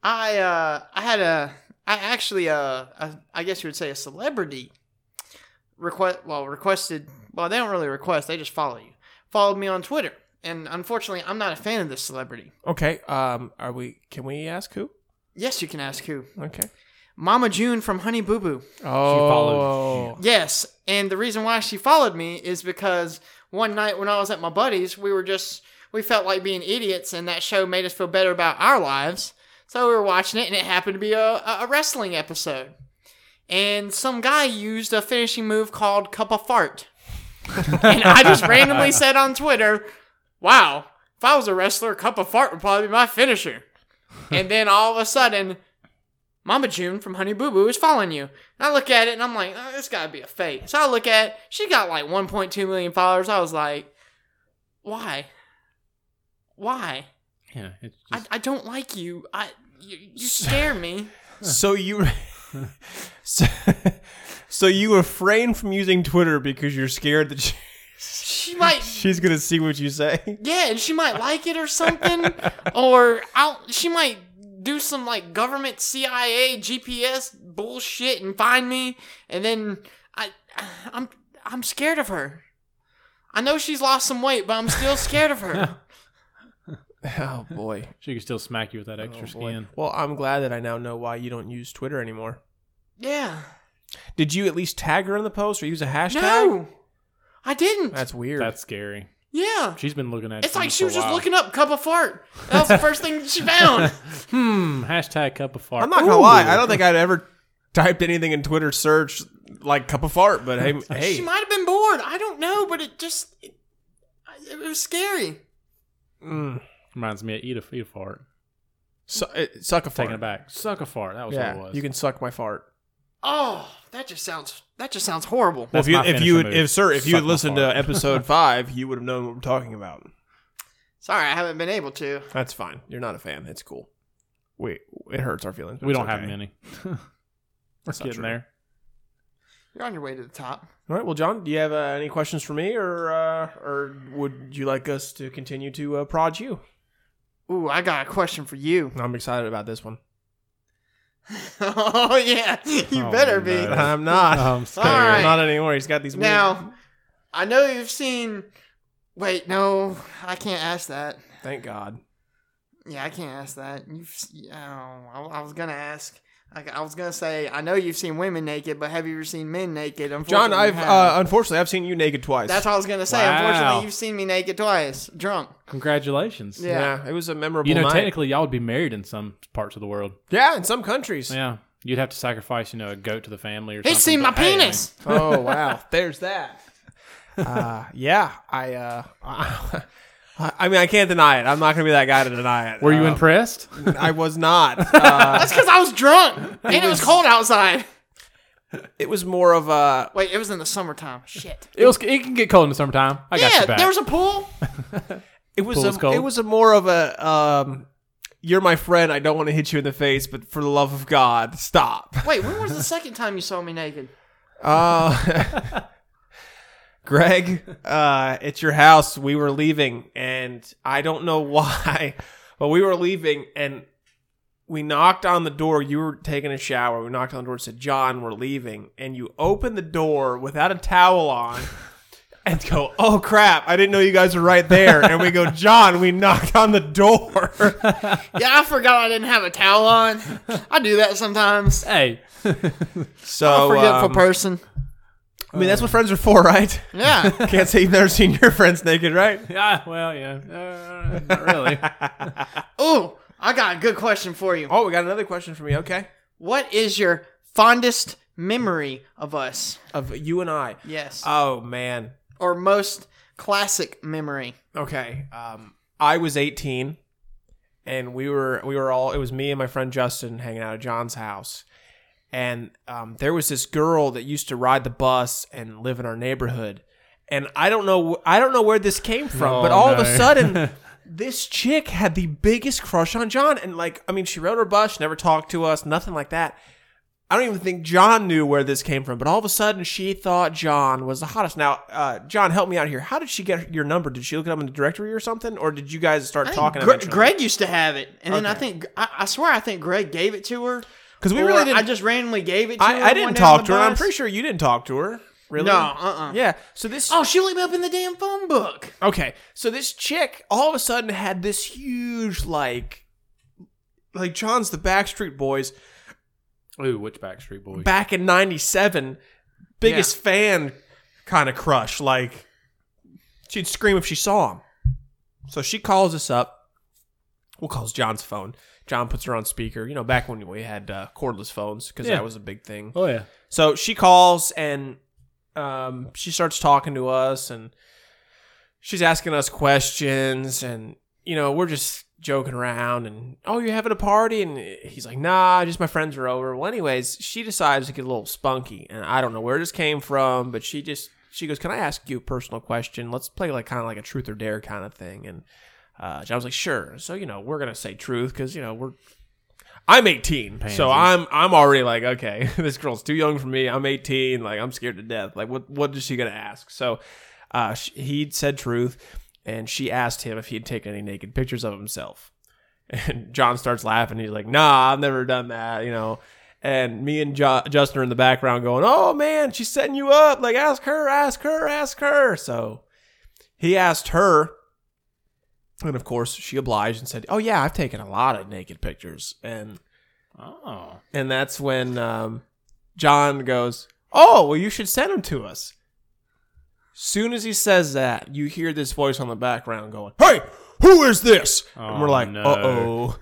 Speaker 3: I uh, I had a I actually uh, a, I guess you would say a celebrity request well requested well they don't really request they just follow you followed me on Twitter and unfortunately I'm not a fan of this celebrity.
Speaker 1: okay. Um, are we? Can we ask who?
Speaker 3: Yes, you can ask who.
Speaker 1: Okay.
Speaker 3: Mama June from Honey Boo Boo.
Speaker 1: Oh.
Speaker 2: followed
Speaker 3: Yes, and the reason why she followed me is because one night when I was at my buddy's, we were just we felt like being idiots, and that show made us feel better about our lives. So we were watching it, and it happened to be a, a a wrestling episode. And some guy used a finishing move called "cup of fart," and I just randomly said on Twitter, "Wow, if I was a wrestler, cup of fart would probably be my finisher." And then all of a sudden, Mama June from Honey Boo Boo is following you. And I look at it and I'm like, oh, this gotta be a fake. So I look at it, she got like 1.2 million followers. I was like, why? Why?
Speaker 2: Yeah, it's
Speaker 3: I,
Speaker 2: just,
Speaker 3: I don't like you. I you, you scare me.
Speaker 1: So you. <laughs> so, so you refrain from using Twitter because you're scared that she,
Speaker 3: She might,
Speaker 1: she's gonna see what you
Speaker 3: <laughs>
Speaker 1: say.
Speaker 3: yeah, and she might like it or something, or I'll, she might do some like government CIA GPS bullshit and find me, and then I, I'm I'm scared of her. I know she's lost some weight, but I'm still scared of her.
Speaker 1: Oh boy.
Speaker 2: she could still smack you with that extra
Speaker 1: Oh, boy.
Speaker 2: skin.
Speaker 1: Well, I'm glad that I now know why you don't use Twitter anymore.
Speaker 3: Yeah.
Speaker 1: Did you at least tag her in the post or use a hashtag?
Speaker 3: No, I didn't.
Speaker 1: That's weird.
Speaker 2: That's scary.
Speaker 3: yeah.
Speaker 2: She's been looking at.
Speaker 3: It's
Speaker 2: you
Speaker 3: like she
Speaker 2: for
Speaker 3: was
Speaker 2: a
Speaker 3: just
Speaker 2: while.
Speaker 3: looking up cup of fart.
Speaker 2: <laughs>
Speaker 3: That was the first thing she found.
Speaker 2: Hmm. Hashtag cup of fart.
Speaker 1: I'm not gonna lie. I don't think I've ever typed anything in Twitter search like cup of fart. But hey,
Speaker 3: She
Speaker 1: hey,
Speaker 3: might have been bored. I don't know, but it just it, it was scary.
Speaker 1: mm,
Speaker 2: Reminds me of eat a eat a fart.
Speaker 1: su- it- suck a fart.
Speaker 2: Taking it back. Suck a fart. That was
Speaker 1: yeah,
Speaker 2: what it was.
Speaker 1: you can suck my fart.
Speaker 3: Oh, that just sounds that just sounds horrible.
Speaker 1: Well,
Speaker 2: That's
Speaker 1: if you
Speaker 2: my
Speaker 1: if you
Speaker 2: finisher
Speaker 1: would,
Speaker 2: move.
Speaker 1: if sir if you
Speaker 2: Suck
Speaker 1: had
Speaker 2: my
Speaker 1: listened <laughs>
Speaker 2: fart.
Speaker 1: to episode five, you would have known what we're talking about.
Speaker 3: Sorry, I haven't been able to.
Speaker 1: That's fine. You're not a fan. It's cool. We it hurts our feelings. but
Speaker 2: we
Speaker 1: it's
Speaker 2: don't have
Speaker 1: okay.
Speaker 2: many. We're
Speaker 1: That's not
Speaker 2: getting
Speaker 1: true.
Speaker 2: there.
Speaker 3: You're on your way to the top.
Speaker 1: All right. Well, John, do you have uh, any questions for me, or uh, or would you like us to continue to uh, prod you?
Speaker 3: Ooh, I got a question for you.
Speaker 1: I'm excited about this one.
Speaker 3: <laughs> oh yeah, you
Speaker 2: Oh,
Speaker 3: better be.
Speaker 2: no.
Speaker 1: <laughs> <laughs> I'm <laughs> not.
Speaker 2: Um,
Speaker 3: All right.
Speaker 1: Not anymore. He's got these. weird-
Speaker 3: Now, I know you've seen. Wait, no, I can't ask that.
Speaker 1: thank God.
Speaker 3: Yeah, I can't ask that. You've, oh, I, I was gonna ask. I, I was gonna say, I know you've seen women naked, but have you ever seen men naked?
Speaker 1: John,
Speaker 3: Unfortunately,
Speaker 1: I've
Speaker 3: you
Speaker 1: uh,
Speaker 3: haven't.
Speaker 1: unfortunately I've seen you naked twice.
Speaker 3: that's what I was gonna say.
Speaker 2: Wow.
Speaker 3: Unfortunately, you've seen me naked twice, drunk.
Speaker 2: Congratulations.
Speaker 3: Yeah.
Speaker 1: yeah. it was a memorable
Speaker 2: You know,
Speaker 1: night.
Speaker 2: technically, y'all would be married in some parts of the world.
Speaker 1: yeah, in some countries.
Speaker 2: Yeah. You'd have to sacrifice, you know, a goat to the family or something.
Speaker 3: He's seen my
Speaker 2: but hey, I mean,
Speaker 3: penis.
Speaker 1: Oh wow, <laughs> there's that. Uh, yeah, I, uh, <laughs> I, I mean, I can't deny it. I'm not gonna be that guy to deny it.
Speaker 2: Were you
Speaker 1: Uh,
Speaker 2: impressed?
Speaker 1: <laughs> I was not. Uh,
Speaker 3: That's because I was drunk and it was cold outside.
Speaker 1: <laughs> it was more of a.
Speaker 3: Wait, it was in the summertime. Shit.
Speaker 2: <laughs> It, was, it can get cold in the summertime. I got
Speaker 3: yeah,
Speaker 2: your back. <laughs>
Speaker 3: there was a pool.
Speaker 1: It was
Speaker 2: Pool's
Speaker 1: a.
Speaker 2: cold.
Speaker 1: It was a more of a. Um, you're my friend. I don't want to hit you in the face, but for the love of God, stop.
Speaker 3: Wait, when was the second time you saw me naked?
Speaker 1: Uh, <laughs> Greg, uh, at your house, we <laughs> were leaving, and I don't know why, but we were leaving, and we knocked on the door. You were taking a shower. We knocked on the door and said, John, we're leaving. And you open the door without a towel <laughs> on and go, oh crap, I didn't know you guys were right there. And we <laughs> go, John, we knocked on the <laughs> door.
Speaker 3: Yeah, I forgot I didn't have a towel on. I do that sometimes.
Speaker 2: Hey,
Speaker 1: So,
Speaker 3: Forgetful
Speaker 1: um,
Speaker 3: person.
Speaker 1: I mean, that's what friends are for, <laughs> right?
Speaker 3: Yeah.
Speaker 1: Can't say you've never seen your friends naked, right?
Speaker 2: yeah, well, yeah, uh, not really.
Speaker 3: Ooh, I got a good question for you.
Speaker 1: Oh, we got another question for me. Okay.
Speaker 3: What is your fondest memory of us?
Speaker 1: Of you and I.
Speaker 3: Yes.
Speaker 1: Oh, man.
Speaker 3: or most classic memory?
Speaker 1: Okay. Um, I was 18, and we were we were all. It was me and my friend Justin hanging out at John's house, and um, there was this girl that used to ride the bus and live in our neighborhood, and I don't know I don't know where this came from, but
Speaker 2: Oh,
Speaker 1: all of a
Speaker 2: no. <laughs>
Speaker 1: sudden. This chick had the biggest crush on John, and like, I mean, she rode her bus, she never talked to us, nothing like that. I don't even think John knew where this came from, but all of a sudden she thought John was the hottest. Now, uh, John, help me out here. How did she get your number? Did she look it up in the directory or something, or did you guys start talking?
Speaker 3: Gre-
Speaker 1: eventually?
Speaker 3: Greg used to have it, and then I
Speaker 1: Okay.
Speaker 3: think I, I swear I think Greg gave it to her.
Speaker 1: 'Cause we
Speaker 3: or
Speaker 1: really didn't.
Speaker 3: I
Speaker 1: I,
Speaker 3: just randomly gave it to her.
Speaker 1: I,
Speaker 3: one
Speaker 1: didn't
Speaker 3: day on
Speaker 1: talk
Speaker 3: the
Speaker 1: to her. and I'm
Speaker 3: bus.
Speaker 1: pretty sure you didn't talk to her. Really?
Speaker 3: No, uh-uh.
Speaker 1: Yeah. So this.
Speaker 3: Oh, she looked me up in the damn phone book.
Speaker 1: Okay, so this chick all of a sudden had this huge like, like John's the Backstreet Boys
Speaker 2: <laughs> Ooh, which Backstreet Boys?
Speaker 1: back in '97, biggest fan kind of crush. Like she'd scream if she saw him. So she calls us up. We'll calls John's phone. John puts her on speaker. You know, back when we had uh, cordless phones because
Speaker 2: Yeah.
Speaker 1: that was a big thing.
Speaker 2: oh yeah.
Speaker 1: So she calls and um, she starts talking to us and she's asking us questions and you know we're just joking around and oh you're having a party and he's like nah just my friends are over well anyways she decides to get a little spunky and i don't know where this came from but she just she goes can i ask you a personal question let's play like kind of like a truth or dare kind of thing and uh, john was like sure so you know we're gonna say truth because you know we're i'm 18
Speaker 2: Pansies.
Speaker 1: so i'm i'm already like okay <laughs> this girl's too young for me i'm 18 like i'm scared to death like what what is she gonna ask so uh, sh he said truth, and she asked him if he had taken any naked pictures of himself. <laughs> And John starts laughing. He's like, "Nah, I've never done that," you know. And me and jo- Justin are in the background going, "Oh man, she's setting you up! Like, ask her, ask her, ask her." So he asked her, and of course she obliged and said, "Oh yeah, I've taken a lot of naked pictures." And
Speaker 2: Oh,
Speaker 1: and that's when um, John goes, "Oh, well, you should send him to us." Soon as he says that, you hear this voice on the background going, "Hey, who is this?" and we're
Speaker 2: Oh,
Speaker 1: like,
Speaker 2: no.
Speaker 1: "Uh oh."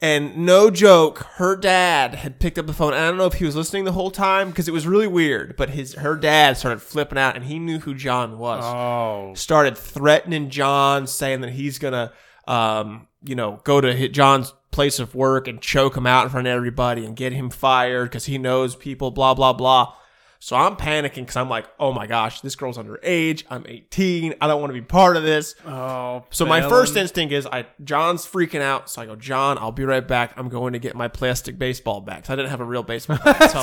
Speaker 1: And no joke, her dad had picked up the phone. I don't know if he was listening the whole time because it was really weird. But his her dad started flipping out, and he knew who John was
Speaker 2: oh,
Speaker 1: started threatening John, saying that he's gonna, um, you know, go to hit John's place of work and choke him out in front of everybody and get him fired because he knows people. Blah blah blah. So I'm panicking because I'm like, oh my gosh, this girl's underage. I'm 18. I don't want to be part of this.
Speaker 2: oh.
Speaker 1: So my
Speaker 2: Bellin-
Speaker 3: <laughs>
Speaker 1: first instinct is, I John's freaking out, so I go, John, I'll be right back. I'm going to get my plastic baseball bat 'cause I didn't have a real baseball. bat.
Speaker 2: <laughs>
Speaker 1: So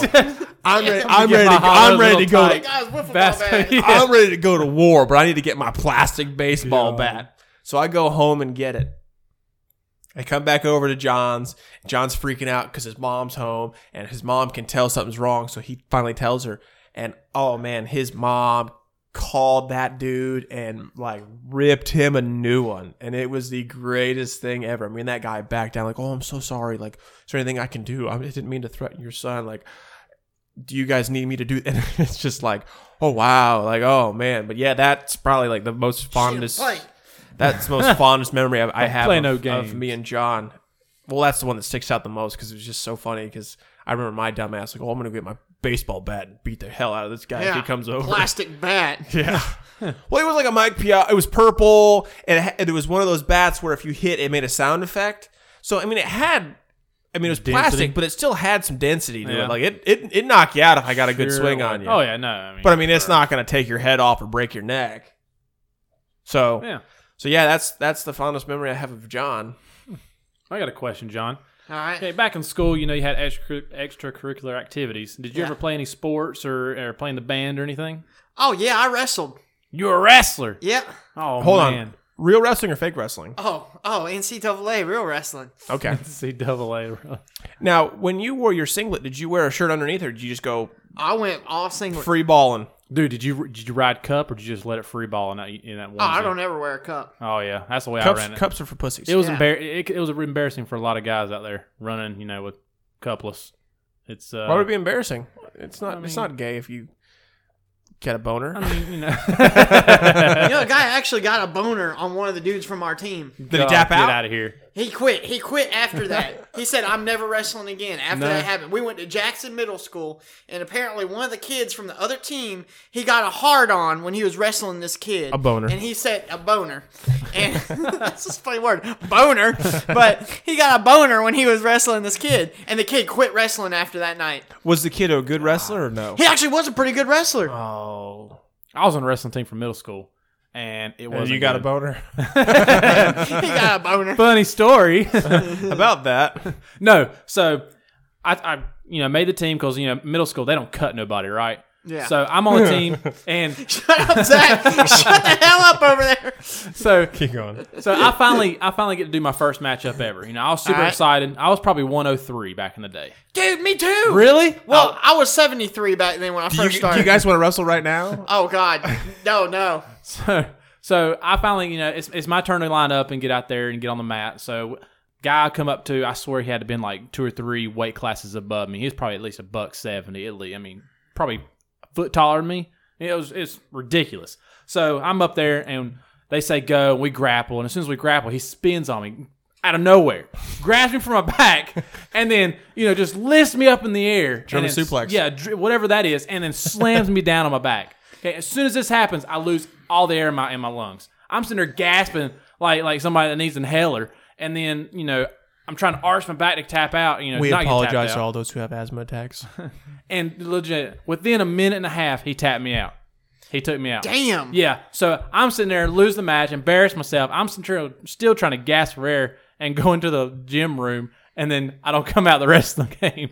Speaker 1: I'm ready. I'm
Speaker 2: Get
Speaker 1: ready.
Speaker 2: my
Speaker 1: To,
Speaker 2: hollow
Speaker 1: I'm ready to
Speaker 2: little
Speaker 1: go.
Speaker 2: tight
Speaker 1: To,
Speaker 3: Guys, wiffle ball
Speaker 2: bas- <laughs>
Speaker 3: bat.
Speaker 2: Yeah.
Speaker 1: I'm ready to go to war, but I need to get my plastic baseball
Speaker 2: Yeah.
Speaker 1: bat. So I go home and get it. I come back over to John's. John's freaking out because his mom's home and his mom can tell something's wrong. So he finally tells her. And oh man, his mom called that dude and like ripped him a new one. And it was the greatest thing ever. I mean, that guy backed down like, oh, I'm so sorry. Like, is there anything I can do? I didn't mean to threaten your son. Like, do you guys need me to do? <laughs> And it's just like, oh wow, like oh man. But yeah, that's probably like the most <laughs> fondest.
Speaker 3: Play.
Speaker 1: That's the most fondest memory I, I have
Speaker 2: Play
Speaker 1: of,
Speaker 2: no
Speaker 1: of
Speaker 2: games.
Speaker 1: me and John. Well, that's the one that sticks out the most because it was just so funny. Because I remember my dumbass like, oh, I'm gonna get my baseball bat and beat the hell out of this guy if
Speaker 3: Yeah.
Speaker 1: he comes over.
Speaker 3: Plastic
Speaker 1: <laughs>
Speaker 3: bat.
Speaker 1: Yeah. well, it was like a Mike Piazza. It was purple, and it, ha- and it was one of those bats where if you hit, it made a sound effect. So I mean, it had. I mean, it was
Speaker 2: Density.
Speaker 1: plastic, but it still had some density to
Speaker 2: Yeah.
Speaker 1: it. Like it, it, it knocked you out if I got a good
Speaker 2: Sure
Speaker 1: swing
Speaker 2: would.
Speaker 1: on you.
Speaker 2: Oh yeah, no. I mean,
Speaker 1: But I mean, it's not going to take your head off or break your neck. So,
Speaker 2: Yeah,
Speaker 1: so yeah, that's that's the fondest memory I have of John.
Speaker 2: I got a question, John.
Speaker 3: All right.
Speaker 2: Okay, back in school, you know, you had extra extracurricular activities. Did you
Speaker 3: Yeah.
Speaker 2: ever play any sports or, or play in the band or anything?
Speaker 3: Oh yeah, I wrestled.
Speaker 2: You were a wrestler.
Speaker 3: Yeah.
Speaker 2: Oh
Speaker 1: Hold
Speaker 2: man. <laughs>
Speaker 1: on, Real wrestling or fake
Speaker 3: <laughs>
Speaker 1: wrestling?
Speaker 3: Oh, oh, NCAA real wrestling.
Speaker 1: Okay.
Speaker 2: NCAA.
Speaker 1: now, when you wore your singlet, did you wear a shirt underneath, or did you just go
Speaker 3: I went all single.
Speaker 1: free balling?
Speaker 2: Dude, did you did you ride cup or did you just let it free ball in that in that one?
Speaker 3: oh, I don't ever wear a cup.
Speaker 2: Oh yeah, that's the way I
Speaker 1: Cups,
Speaker 2: ran it.
Speaker 1: cups are for pussies.
Speaker 2: It was
Speaker 3: Yeah.
Speaker 2: embar- it, it was embarrassing for a lot of guys out there running, you know, with cupless. It's uh,
Speaker 1: Why would it be embarrassing? It's not.
Speaker 2: I
Speaker 1: it's
Speaker 2: mean-
Speaker 1: not gay if you get a boner.
Speaker 2: I mean, you <laughs> know,
Speaker 3: You know, a guy actually got a boner on one of the dudes from our team.
Speaker 1: Did he
Speaker 2: <laughs>
Speaker 1: tap out?
Speaker 2: Get out of here.
Speaker 3: He quit. He quit after that. he said, "I'm never wrestling again." After
Speaker 2: No.
Speaker 3: that happened, we went to Jackson Middle School, and apparently one of the kids from the other team he got a hard on when he was wrestling this kid.
Speaker 1: A boner.
Speaker 3: And he said a boner, and <laughs> that's just a funny word, boner. But he got a boner when he was wrestling this kid, and the kid quit wrestling after that night.
Speaker 1: Was the kid a good wrestler or no?
Speaker 3: He actually was a pretty good wrestler.
Speaker 1: Oh,
Speaker 2: I was on a wrestling team from middle school, and it was
Speaker 1: you got a boner
Speaker 3: he got
Speaker 1: <laughs>
Speaker 3: a boner.
Speaker 2: funny story.
Speaker 1: about that?
Speaker 2: <laughs> no, so I, I you know made the team because you know middle school they don't cut nobody, right?
Speaker 3: Yeah.
Speaker 2: So I'm on the <laughs> team, and
Speaker 3: Shut up, Zach. Shut the hell up over there.
Speaker 2: so
Speaker 1: Keep going.
Speaker 2: so I finally I finally get to do my first matchup ever. You know I was super
Speaker 3: All right.
Speaker 2: excited. I was probably 103 back in the day.
Speaker 3: Dude, me too.
Speaker 2: Really?
Speaker 3: Well, I was 73 back then when I first
Speaker 1: Do you, do
Speaker 3: started.
Speaker 1: you guys want to wrestle right now?
Speaker 3: Oh God, no,
Speaker 1: <laughs>
Speaker 3: no.
Speaker 2: So, so I finally, you know, it's, it's my turn to line up and get out there and get on the mat. So, guy I come up to, I swear he had to been like two or three weight classes above me. He was probably at least a buck seventy. At least, I mean, probably a foot taller than me. It was it's ridiculous. So I'm up there and they say go. And we grapple, and as soon as we grapple, he spins on me out of nowhere, grabs me from my back, <laughs> and then you know just lifts me up in the air.
Speaker 1: German
Speaker 2: and then-
Speaker 1: suplex.
Speaker 2: Yeah, dr- whatever that is, and then slams me down on my back. Okay, as soon as this happens, I lose all the air in my in my lungs. I'm sitting there gasping like like somebody that needs an inhaler, and then you know I'm trying to arch my back to tap out. You know,
Speaker 1: We
Speaker 2: not get tapped
Speaker 1: apologize
Speaker 2: out.
Speaker 1: to all those who have asthma attacks.
Speaker 2: And legit, within a minute and a half, he tapped me out. He took me out.
Speaker 3: Damn.
Speaker 2: Yeah. So I'm sitting there, lose the match, embarrass myself. I'm sitting there still trying to gasp for air and go into the gym room, and then I don't come out the rest of the game.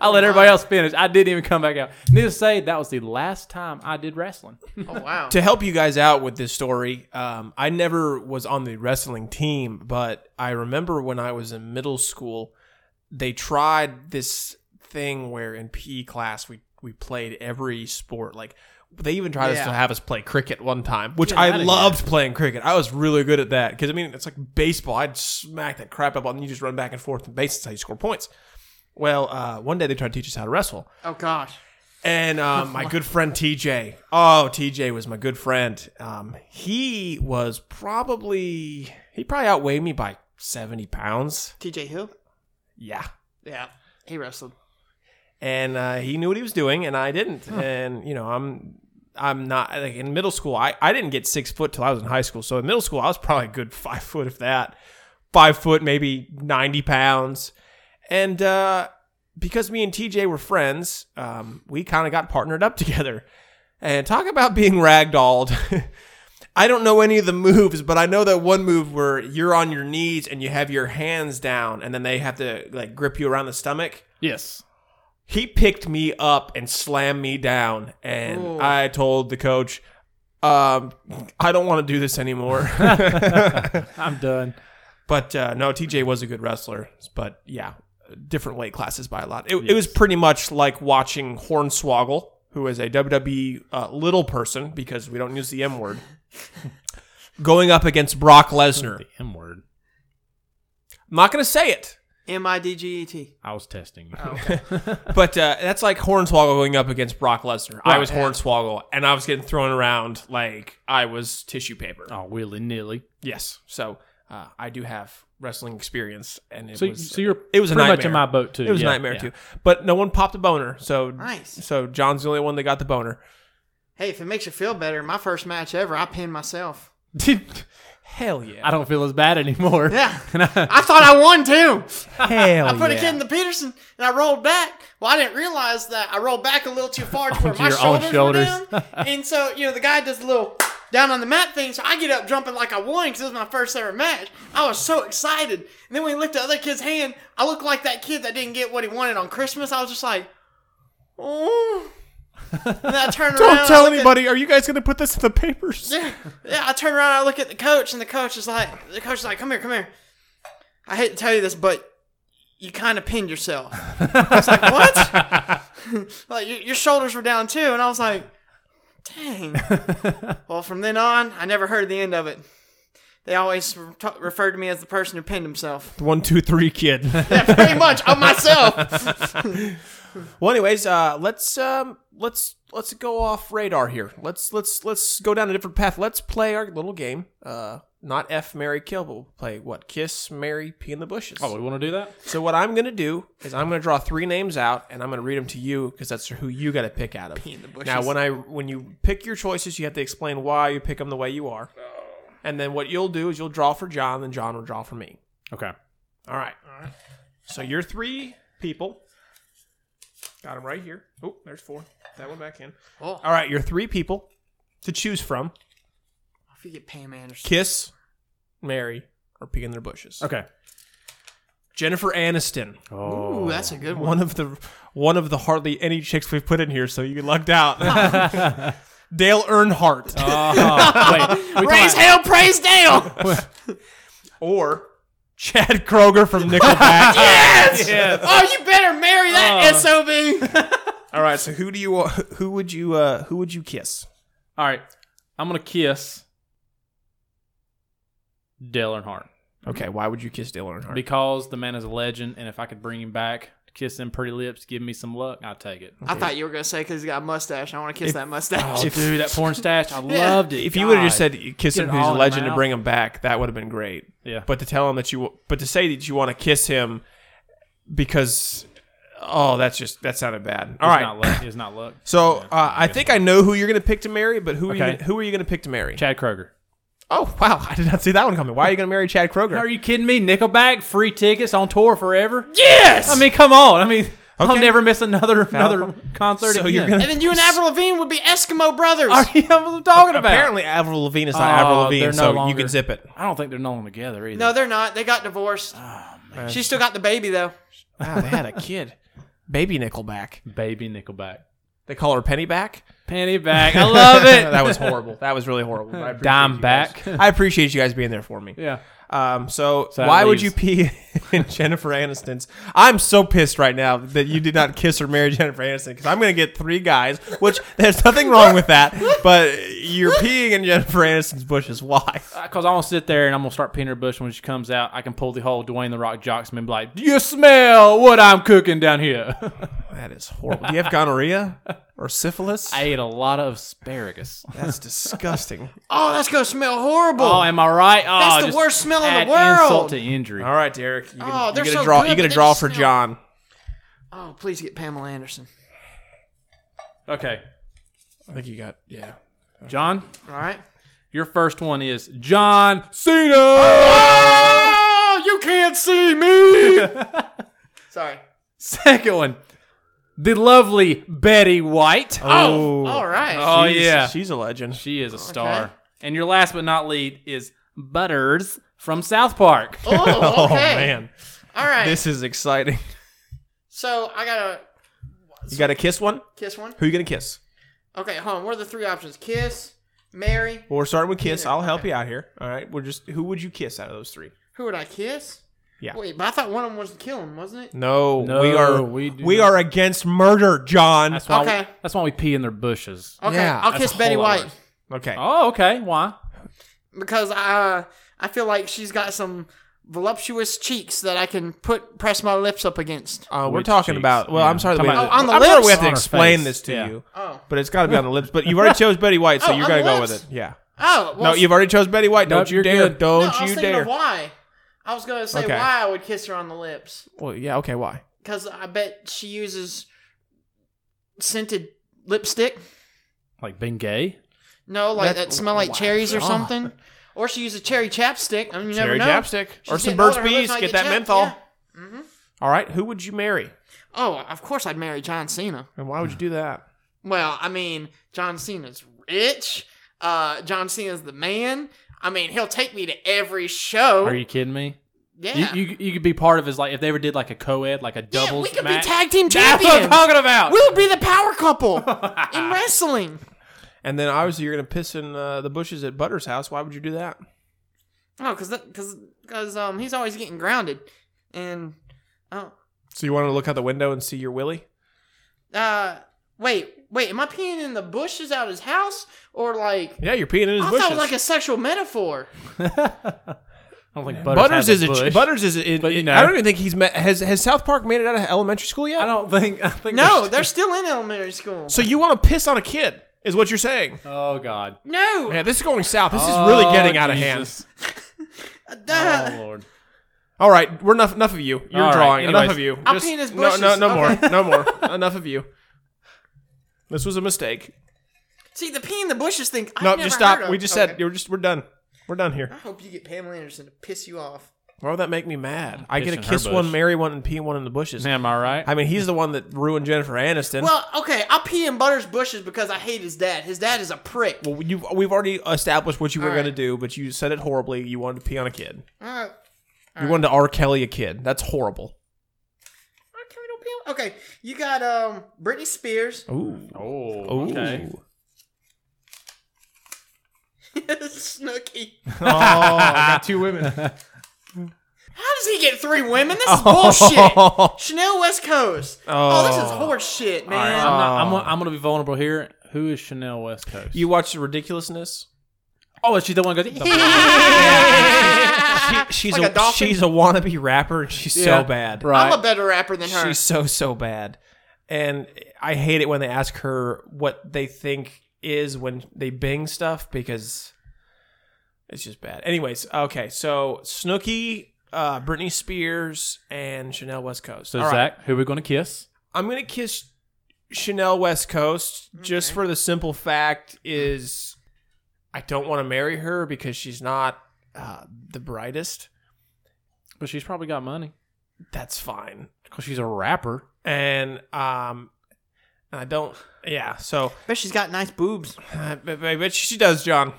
Speaker 2: I let everybody else finish. I didn't even come back out. Needless to say, that was the last time I did wrestling.
Speaker 3: Oh wow.
Speaker 1: to help you guys out with this story, um, I never was on the wrestling team, but I remember when I was in middle school, they tried this thing where in PE class we we played every sport. Like they even tried us
Speaker 3: Yeah.
Speaker 1: to have us play cricket one time, which
Speaker 2: Get
Speaker 1: I
Speaker 2: outta here.
Speaker 1: loved playing cricket. I was really good at that because I mean it's like baseball. I'd smack that crap up, and you just run back and forth and bases. That's how you score points. Well, uh, one day they tried to teach us how to wrestle.
Speaker 3: Oh gosh.
Speaker 1: And um, my good friend TJ. Oh, TJ was my good friend. Um, he was probably he probably outweighed me by seventy pounds.
Speaker 3: T.J. Hill.
Speaker 1: Yeah.
Speaker 3: Yeah, he wrestled.
Speaker 1: And uh, he knew what he was doing, and I didn't. And you know, I'm I'm not like in middle school. I I didn't get six foot till I was in high school. So in middle school, I was probably a good <laughs> five foot, if that. Five foot, maybe ninety pounds. And uh, because me and TJ were friends, um, we kind of got partnered up <laughs> together. And talk about being ragdolled. <laughs> I don't know any of the moves, but I know that one move where you're on your knees and you have your hands down, and then they have to like grip you around the stomach.
Speaker 2: Yes.
Speaker 1: He picked me up and slammed me down, and
Speaker 3: Ooh.
Speaker 1: I told the coach, um, "I don't want to do this anymore."
Speaker 2: <laughs> I'm done.
Speaker 1: But uh, no, TJ was a good wrestler. But yeah, different weight classes by a lot. It, it was pretty much like watching Hornswoggle, who is a WWE uh, little person because we don't use the M word, going up against Brock Lesnar. I'm
Speaker 2: The M word.
Speaker 1: not going to say it,
Speaker 3: M I D G E T.
Speaker 2: I was testing
Speaker 1: Oh,
Speaker 2: you.
Speaker 1: but uh, that's like Hornswoggle going up against Brock Lesnar. I
Speaker 2: Right.
Speaker 1: was Hornswoggle, and I was getting thrown around like I was tissue paper.
Speaker 2: <laughs> Oh, willy nilly.
Speaker 1: Yes, so uh, I do have wrestling experience, and it
Speaker 2: So,
Speaker 1: was
Speaker 2: so you're
Speaker 1: it was a
Speaker 2: pretty much
Speaker 1: nightmare.
Speaker 2: in my boat too.
Speaker 1: It was
Speaker 2: Yeah,
Speaker 1: a nightmare
Speaker 2: yeah.
Speaker 1: too. But no one popped a boner, so
Speaker 3: Nice.
Speaker 1: so John's the only one that got the boner. <laughs>
Speaker 3: Hey, if it makes you feel better, my first match ever, I pinned myself.
Speaker 1: Hell yeah.
Speaker 2: I don't feel as bad anymore.
Speaker 1: <laughs>
Speaker 3: Yeah, I thought I won too.
Speaker 1: Hell <laughs>
Speaker 3: I put a kid in the Peterson and I rolled back. Well, I didn't realize that I rolled back a little too far to where
Speaker 2: Onto
Speaker 3: my
Speaker 2: your own
Speaker 3: shoulders,
Speaker 2: shoulders.
Speaker 3: were down. and so, you know, the guy does a little down on the mat thing. So I get up jumping like I won because it was my first ever match. I was so excited. And then when he licked the other kid's hand, I looked like that kid that didn't get what he wanted on Christmas. I was just like, oh. And then I turn around.
Speaker 1: Don't
Speaker 3: I
Speaker 1: tell
Speaker 3: look at-
Speaker 1: anybody. Are you guys going to put this in the papers?
Speaker 3: yeah, yeah. I turn around. I look at the coach, and the coach is like, the coach is like, come here, come here. I hate to tell you this, but you kind of pinned yourself. I was like, what? like your, your shoulders were down too, and I was like, dang. well, from then on, I never heard the end of it. They always re- t- referred to me as the person who pinned himself. <laughs>
Speaker 1: One, two, three,
Speaker 2: <laughs>
Speaker 1: kid.
Speaker 3: Yeah, pretty much on myself.
Speaker 1: well, anyways, uh, let's um, let's let's go off radar here. Let's let's let's go down a different path. Let's play our little game. Uh, not F, Mary, kill, but we'll play what? Kiss, Mary, pee in the bushes.
Speaker 2: Oh, we want to do that?
Speaker 1: So what I'm gonna do is I'm gonna draw three names out, and I'm gonna read them to you because that's who you got to pick out of.
Speaker 3: in the bushes.
Speaker 1: Now, when I when you pick your choices, you have to explain why you pick them the way you are,
Speaker 3: Oh.
Speaker 1: and then what you'll do is you'll draw for John, and John will draw for me.
Speaker 2: Okay.
Speaker 1: All right. So your three people. Got them right here. Oh, there's four. That one back in.
Speaker 3: Oh.
Speaker 1: All right, your three people to choose from:
Speaker 3: I forget Pam Anderson.
Speaker 1: kiss, marry, or pee in their bushes.
Speaker 2: Okay. Oh,
Speaker 1: Jennifer Aniston. <laughs>
Speaker 3: Ooh, that's a good one.
Speaker 1: one of the one of the hardly any chicks we've put in here, so you lucked <laughs> out. Dale Earnhardt
Speaker 2: Oh, wait. we
Speaker 3: Praise
Speaker 2: talking-
Speaker 3: hell, praise Dale.
Speaker 1: or Chad Kroger <laughs> from Nickelback.
Speaker 3: yes!
Speaker 2: Yes.
Speaker 3: Oh, you better marry that sob.
Speaker 1: All right, so who do you who would you uh, who would you kiss?
Speaker 2: All right. I'm going to kiss Dale Earnhardt
Speaker 1: Okay, why would you kiss Dale Earnhardt?
Speaker 2: because the man is a legend, and if I could bring him back, kiss them pretty lips, give me some luck, I'd take it.
Speaker 3: I thought you were gonna say because he's got a mustache. I want to kiss that
Speaker 2: Oh,
Speaker 3: mustache.
Speaker 1: If-
Speaker 2: dude, that porn
Speaker 1: <laughs>
Speaker 2: stash, I loved it.
Speaker 1: if you would have
Speaker 2: God.
Speaker 1: just said you kiss
Speaker 2: Get
Speaker 1: him,
Speaker 2: it
Speaker 1: who's
Speaker 2: all
Speaker 1: a
Speaker 2: in the
Speaker 1: legend, to
Speaker 2: mouth.
Speaker 1: bring him back, that would have been great.
Speaker 2: yeah,
Speaker 1: But to tell him that you, but to say that you want to kiss him because, oh, that's just that sounded bad. All right,
Speaker 2: it's not luck. It's not luck.
Speaker 1: so uh, I think I know who you're going to pick to marry, but who are you,
Speaker 2: Okay.
Speaker 1: gonna- who are you going to pick to marry?
Speaker 2: Chad Kroger.
Speaker 1: Oh wow, <laughs> I did not see that one coming. Why are you going to marry Chad Kroger?
Speaker 2: Are you kidding me? Nickelback, free tickets on tour forever.
Speaker 3: yes.
Speaker 2: I mean, come on. I mean, I'll
Speaker 1: Okay.
Speaker 2: never miss another
Speaker 1: <laughs>
Speaker 2: another concert.
Speaker 1: So
Speaker 2: again.
Speaker 1: you're gonna-
Speaker 3: and then you and Avril Lavigne would be Eskimo
Speaker 2: <laughs>
Speaker 3: brothers.
Speaker 2: Are you what I'm talking about?
Speaker 1: Apparently, Avril Lavigne is not
Speaker 2: Oh,
Speaker 1: Avril Lavigne,
Speaker 2: they're no
Speaker 1: so you
Speaker 2: longer-
Speaker 1: can zip it.
Speaker 2: I don't think they're no longer together either.
Speaker 3: no, they're not. They got divorced.
Speaker 2: Oh,
Speaker 3: She still got the baby though.
Speaker 1: Wow, they had a kid, <laughs> baby Nickelback.
Speaker 2: baby Nickelback.
Speaker 1: They call her Pennyback.
Speaker 2: <laughs> Penny back. I love it. <laughs>
Speaker 1: that was horrible. That was really horrible. but I appreciate
Speaker 2: Dime
Speaker 1: you
Speaker 2: back.
Speaker 1: guys- I appreciate you guys being there for me.
Speaker 2: yeah.
Speaker 1: Um, so,
Speaker 2: So that
Speaker 1: why would
Speaker 2: leaves-
Speaker 1: you pee <laughs> in Jennifer Aniston's? I'm so pissed right now that you did not kiss or marry Jennifer Aniston because I'm going to get three guys, which <laughs> there's nothing wrong with that, but you're peeing in Jennifer Aniston's bushes. Why?
Speaker 2: Because I'm gonna sit there and I'm gonna start peeing her bush and when she comes out. I can pull the whole Dwayne the Rock Johnson and be like, "Do you smell what I'm cooking down here?" <laughs>
Speaker 1: That is horrible. Do you have gonorrhea or syphilis?
Speaker 2: I ate a lot of asparagus.
Speaker 1: That's disgusting.
Speaker 3: Oh, that's gonna smell horrible.
Speaker 2: Oh, am I right? Oh,
Speaker 3: That's the
Speaker 2: just
Speaker 3: worst smell in the
Speaker 2: add
Speaker 3: world.
Speaker 2: Insult to injury.
Speaker 1: All right, Derek. You can,
Speaker 3: Oh,
Speaker 1: you're
Speaker 3: they're
Speaker 1: gonna
Speaker 3: so
Speaker 1: draw.
Speaker 3: good,
Speaker 1: you're
Speaker 3: but
Speaker 1: gonna
Speaker 3: they
Speaker 1: draw
Speaker 3: just
Speaker 1: for
Speaker 3: smell-
Speaker 1: John.
Speaker 3: oh, please get Pamela Anderson.
Speaker 2: Okay,
Speaker 1: I think you got. Yeah.
Speaker 2: John,
Speaker 3: All right.
Speaker 2: your first one is John Cena.
Speaker 3: Oh, you can't
Speaker 2: <laughs>
Speaker 3: see me. Sorry.
Speaker 2: Second one, the lovely Betty White.
Speaker 3: Oh, all right.
Speaker 2: Oh, yeah.
Speaker 1: She's a legend.
Speaker 2: She is a star. And your last but not least is Butters from South Park.
Speaker 3: <laughs> Oh,
Speaker 1: Oh
Speaker 3: okay.
Speaker 1: man,
Speaker 3: All right.
Speaker 1: this is exciting.
Speaker 3: so I gotta
Speaker 1: You got to kiss one.
Speaker 3: kiss one.
Speaker 1: Who you gonna kiss?
Speaker 3: Okay, hold on. What are the three options? Kiss, marry.
Speaker 1: Well, we're starting with kiss. I'll help you out here. All right. We're just. Who would you kiss out of those three?
Speaker 3: Who would I kiss?
Speaker 1: Yeah.
Speaker 3: Wait, but I thought one of them was to kill him, wasn't it?
Speaker 1: No,
Speaker 2: No,
Speaker 1: we are.
Speaker 2: we
Speaker 1: We,
Speaker 2: do not.
Speaker 1: are against murder, John.
Speaker 2: That's why.
Speaker 3: Okay.
Speaker 2: that's why we pee in their bushes.
Speaker 3: Okay,
Speaker 1: Yeah,
Speaker 3: I'll
Speaker 2: that's
Speaker 3: kiss
Speaker 2: a
Speaker 3: Betty
Speaker 2: whole lot
Speaker 3: White
Speaker 2: worse.
Speaker 1: Okay.
Speaker 2: Oh, okay. Why?
Speaker 3: because I uh, I feel like she's got some voluptuous cheeks that I can put press my lips up against.
Speaker 1: Uh, we're
Speaker 2: Which
Speaker 1: talking
Speaker 2: cheeks?
Speaker 1: about. Well,
Speaker 2: Yeah.
Speaker 1: I'm sorry. That we,
Speaker 2: Talking about-
Speaker 3: Oh, on the
Speaker 1: I'm sorry we
Speaker 3: lips?
Speaker 1: have to
Speaker 2: On her
Speaker 1: explain
Speaker 2: face.
Speaker 1: this to
Speaker 2: Yeah.
Speaker 1: you,
Speaker 3: Oh,
Speaker 1: but it's got to be on the lips. But you've
Speaker 3: <laughs>
Speaker 1: already chose Betty White, so
Speaker 3: Oh,
Speaker 1: you're
Speaker 3: on
Speaker 1: gonna
Speaker 3: the
Speaker 1: go with
Speaker 3: lips?
Speaker 1: it. Yeah.
Speaker 3: oh, well,
Speaker 1: no, you've already chose Betty White.
Speaker 2: Nope,
Speaker 1: Don't you
Speaker 2: you're
Speaker 1: dare!
Speaker 2: good.
Speaker 3: no,
Speaker 1: Don't
Speaker 3: I was
Speaker 1: you
Speaker 3: thinking
Speaker 1: dare!
Speaker 3: Of why? I was gonna say
Speaker 1: Okay.
Speaker 3: why I would kiss her on the lips
Speaker 1: Well, yeah. Okay. Why?
Speaker 3: because I bet she uses scented lipstick.
Speaker 2: Like being gay?
Speaker 3: No, like
Speaker 1: That's-
Speaker 3: that smell like
Speaker 1: wow.
Speaker 3: cherries or
Speaker 1: Oh.
Speaker 3: something. Or she uses cherry chapstick. I mean, you
Speaker 1: Cherry
Speaker 3: never know.
Speaker 1: chapstick
Speaker 3: She's
Speaker 1: or some
Speaker 3: getting
Speaker 1: Burt's
Speaker 3: older, her lips
Speaker 1: Bees.
Speaker 3: might
Speaker 1: Get,
Speaker 3: get
Speaker 1: that
Speaker 3: chapped,
Speaker 1: menthol.
Speaker 3: yeah.
Speaker 1: All right. Who would you marry,
Speaker 3: Oh, of course I'd marry John Cena.
Speaker 1: and why would you do that?
Speaker 3: Well, I mean, John Cena's rich. Uh, John Cena's the man. I mean, he'll take me to every show.
Speaker 2: Are you kidding me?
Speaker 3: Yeah.
Speaker 2: You, you you could be part of his like if they ever did like a co-ed like a
Speaker 3: yeah,
Speaker 2: doubles
Speaker 3: we could
Speaker 2: match.
Speaker 3: be tag team
Speaker 2: That's what I'm
Speaker 3: champions.
Speaker 2: talking about.
Speaker 3: We'll be the
Speaker 2: <laughs>
Speaker 3: power couple in wrestling.
Speaker 1: And then obviously you're gonna piss in uh, the bushes at Butter's house. Why would you do that?
Speaker 3: No, because because because um he's always getting grounded, and oh
Speaker 1: So you want to look out the window and see your Willie?
Speaker 3: uh wait wait am I peeing in the bushes out his house or like
Speaker 1: Yeah, you're peeing in his
Speaker 3: I
Speaker 1: bushes.
Speaker 3: thought it was like a
Speaker 2: <laughs>
Speaker 3: sexual metaphor.
Speaker 2: I don't think
Speaker 1: Butters, is a
Speaker 2: bush.
Speaker 1: ch- Butters is a,
Speaker 2: But, you know.
Speaker 1: I don't even think he's met. Has has South Park made it out of elementary school yet?
Speaker 2: I don't think. I think
Speaker 3: No,
Speaker 2: there's-
Speaker 3: they're still in elementary school.
Speaker 1: So you want to piss on a kid is what you're saying?
Speaker 2: Oh God.
Speaker 3: No,
Speaker 1: Man, this is going south. This is really
Speaker 2: Oh,
Speaker 1: getting out of hand.
Speaker 3: <laughs>
Speaker 2: Jesus.
Speaker 3: uh,
Speaker 2: Oh Lord.
Speaker 1: All right, we're enough. Enough of you. You're
Speaker 2: All right,
Speaker 1: drawing. enough
Speaker 2: anyways.
Speaker 1: of you.
Speaker 3: I'll pee in his
Speaker 1: no, no,
Speaker 3: bushes.
Speaker 1: no
Speaker 3: Okay.
Speaker 1: more. No <laughs> more. enough of you. This was a mistake.
Speaker 3: see the pee in the bushes thing. I've
Speaker 1: No,
Speaker 3: never
Speaker 1: just stop.
Speaker 3: heard of.
Speaker 1: We just said
Speaker 3: Okay.
Speaker 1: we're just we're done. We're done here.
Speaker 3: I hope you get Pamela Anderson to piss you off.
Speaker 1: Why would that make me mad? I get to
Speaker 2: Kissing her
Speaker 1: kiss one,
Speaker 2: bush.
Speaker 1: marry one, and pee one in the bushes.
Speaker 2: Am I right?
Speaker 1: I mean, he's the one that ruined Jennifer Aniston.
Speaker 3: Well, okay, I'll pee in Butters' bushes because I hate his dad. His dad is a prick.
Speaker 1: Well, you we've already established what you were
Speaker 3: All
Speaker 1: going to
Speaker 3: right.
Speaker 1: do, but you said it horribly. You wanted to pee on a kid.
Speaker 3: Uh,
Speaker 1: you wanted to R. Kelly a kid. That's horrible.
Speaker 3: okay, we don't pee on- okay, you got um Britney Spears. <laughs>
Speaker 1: Ooh.
Speaker 2: oh.
Speaker 1: Ooh.
Speaker 2: Okay.
Speaker 3: Snooky.
Speaker 1: oh, I got two women.
Speaker 2: <laughs>
Speaker 3: How does he get three women? This
Speaker 1: <laughs>
Speaker 3: is
Speaker 2: <laughs>
Speaker 3: bullshit. Chanel West Coast. Oh, this is
Speaker 1: Oh.
Speaker 3: horse shit,
Speaker 2: All right,
Speaker 3: man.
Speaker 2: I'm, not, I'm, gonna- I'm gonna be vulnerable here. Who is Chanel West Coast?
Speaker 1: You watched Ridiculousness?
Speaker 2: Oh, is she the one who goes?
Speaker 3: <laughs>
Speaker 2: <laughs>
Speaker 1: <laughs> She, she's
Speaker 3: Like
Speaker 1: a,
Speaker 3: a dolphin?
Speaker 1: she's a wannabe rapper. And she's
Speaker 2: Yeah.
Speaker 1: so bad.
Speaker 3: I'm a better rapper than her.
Speaker 1: She's so so bad, and I hate it when they ask her what they think is when they Bing stuff because it's just bad. Anyways, okay, so Snooki, uh, Britney Spears, and Chanel West Coast.
Speaker 2: So
Speaker 1: All right.
Speaker 2: Zach, who are we gonna kiss?
Speaker 1: I'm gonna kiss Chanel West Coast just for the simple fact is I don't want to marry her because she's not uh, the brightest.
Speaker 2: But she's probably got money
Speaker 1: That's fine,
Speaker 2: because she's a rapper.
Speaker 1: and um, I don't. Yeah, so <sighs>
Speaker 3: bet she's got nice boobs.
Speaker 1: I bet- I bet she does, John.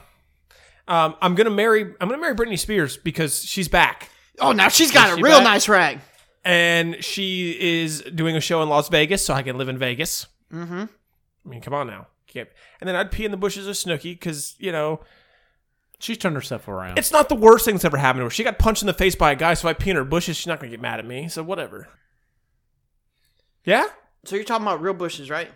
Speaker 1: Um, I'm gonna marry. I'm gonna marry Britney Spears because she's back
Speaker 3: Oh, now she's got
Speaker 1: Is
Speaker 3: a
Speaker 1: she
Speaker 3: real
Speaker 1: back?
Speaker 3: nice rag.
Speaker 1: and she is doing a show in Las Vegas, so I can live in Vegas.
Speaker 3: Mm-hmm.
Speaker 1: I mean, come on now. Can't. And then I'd pee in the bushes of Snooki because you know
Speaker 2: She's turned herself around.
Speaker 1: it's not the worst thing that's ever happened to her. She got punched in the face by a guy, so I pee in her bushes. She's not gonna get mad at me, so whatever. Yeah,
Speaker 3: So you're talking about real bushes, right?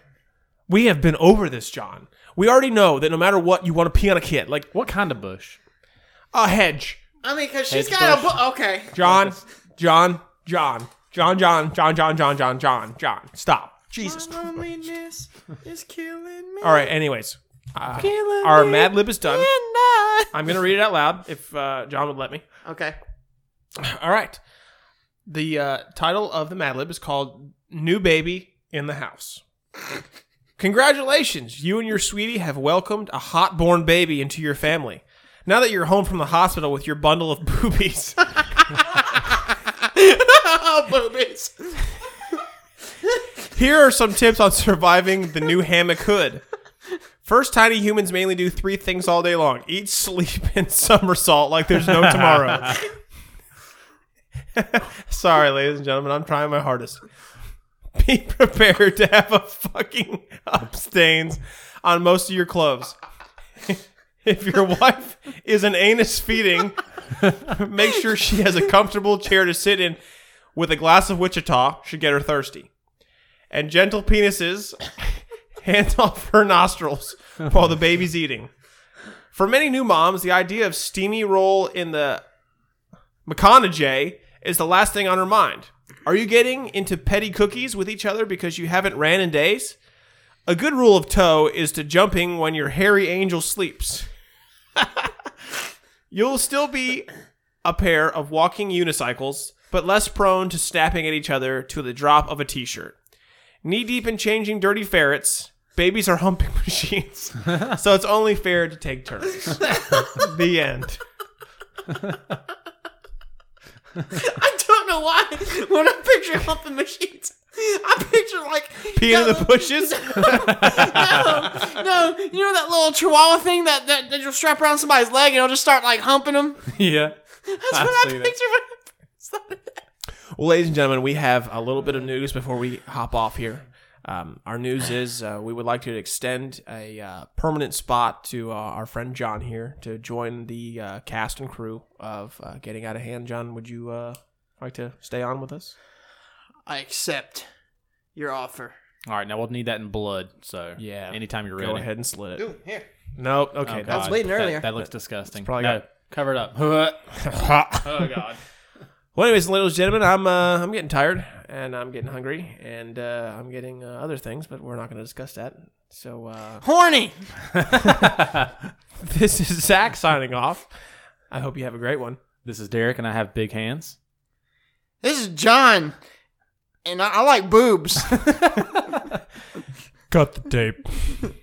Speaker 1: we have been over this, John. We already know that no matter what, you want to pee on a kid, like
Speaker 2: what kind of bush?
Speaker 1: a hedge.
Speaker 3: I mean, because she's
Speaker 2: Hedge
Speaker 3: got
Speaker 2: bush.
Speaker 3: a bu- okay.
Speaker 1: John, John, John, John, John, John, John, John, John, John, John. Stop. Jesus.
Speaker 3: My loneliness is killing me.
Speaker 1: All right. Anyways, uh, our Mad Lib is done.
Speaker 3: Midnight.
Speaker 1: I'm gonna read it out loud if uh, John would let me.
Speaker 3: Okay. <laughs>
Speaker 1: <laughs> All right. The uh, title of the Mad Lib is called "New Baby in the House." Congratulations, you and your sweetie have welcomed a hot-born baby into your family. Now that you're home from the hospital with your bundle of <laughs> boobies.
Speaker 3: Oh, Boobies.
Speaker 1: Here are some tips on surviving the new hammock hood. First, tiny humans mainly do three things all day long eat, sleep, <laughs> and somersault like there's no tomorrow. <laughs> Sorry, ladies and gentlemen, I'm trying my hardest. Be <laughs> prepared to have a fucking <laughs> up stains on most of your clothes. <laughs> if your wife is an anus feeding, <laughs> make sure she has a comfortable chair to sit in with a glass of Wichita should get her thirsty and gentle penises hands off her nostrils while the baby's eating. For many new moms, the idea of steamy roll in the McConaughey is the last thing on her mind. Are you getting into petty cookies with each other because you haven't ran in days? A good rule of toe is to jumping when your hairy angel sleeps. You'll still be a pair of walking unicycles, but less prone to snapping at each other to the drop of a t shirt knee deep in changing dirty ferrets. Babies are humping <laughs> machines, so it's only fair to take
Speaker 3: <laughs>
Speaker 1: turns. the end.
Speaker 3: I don't know why. When I picture humping machines, I picture like
Speaker 1: Pee in the bushes.
Speaker 3: <laughs> no, no, you know that little chihuahua thing
Speaker 1: <laughs>
Speaker 3: that, that that you'll strap around somebody's leg and it'll just start like humping them.
Speaker 2: <laughs> yeah.
Speaker 3: That's
Speaker 2: I've
Speaker 3: what I
Speaker 2: seen it.
Speaker 3: picture.
Speaker 1: Well, ladies and gentlemen, we have a little bit of news before we hop off here. Um, our news is uh, we would like to extend a uh, permanent spot to uh, our friend John here to join the uh, cast and crew of uh, Getting Out of Hand. John, would you uh, like to stay on with us?
Speaker 3: I accept your offer.
Speaker 2: All right, now we'll need that in blood. So
Speaker 1: Yeah.
Speaker 2: anytime you're ready.
Speaker 1: Go ahead and slit it.
Speaker 3: Ooh, here.
Speaker 1: Nope. Okay.
Speaker 2: Oh,
Speaker 1: that's
Speaker 2: God.
Speaker 3: bleeding
Speaker 2: That-
Speaker 3: earlier.
Speaker 2: That, looks disgusting.
Speaker 1: probably
Speaker 2: no,
Speaker 1: got-
Speaker 2: cover it up. <laughs>
Speaker 3: <laughs>
Speaker 2: oh God.
Speaker 1: Well, anyways, ladies and gentlemen, I'm uh, I'm getting tired and I'm getting hungry and uh, I'm getting uh, other things, but we're not going to discuss that. So uh,
Speaker 3: Horny.
Speaker 1: <laughs> this is Zach signing off. I hope you have a great one.
Speaker 2: <laughs> This is Derek, and I have big hands.
Speaker 3: This is John, and I, I like boobs.
Speaker 1: Cut the tape.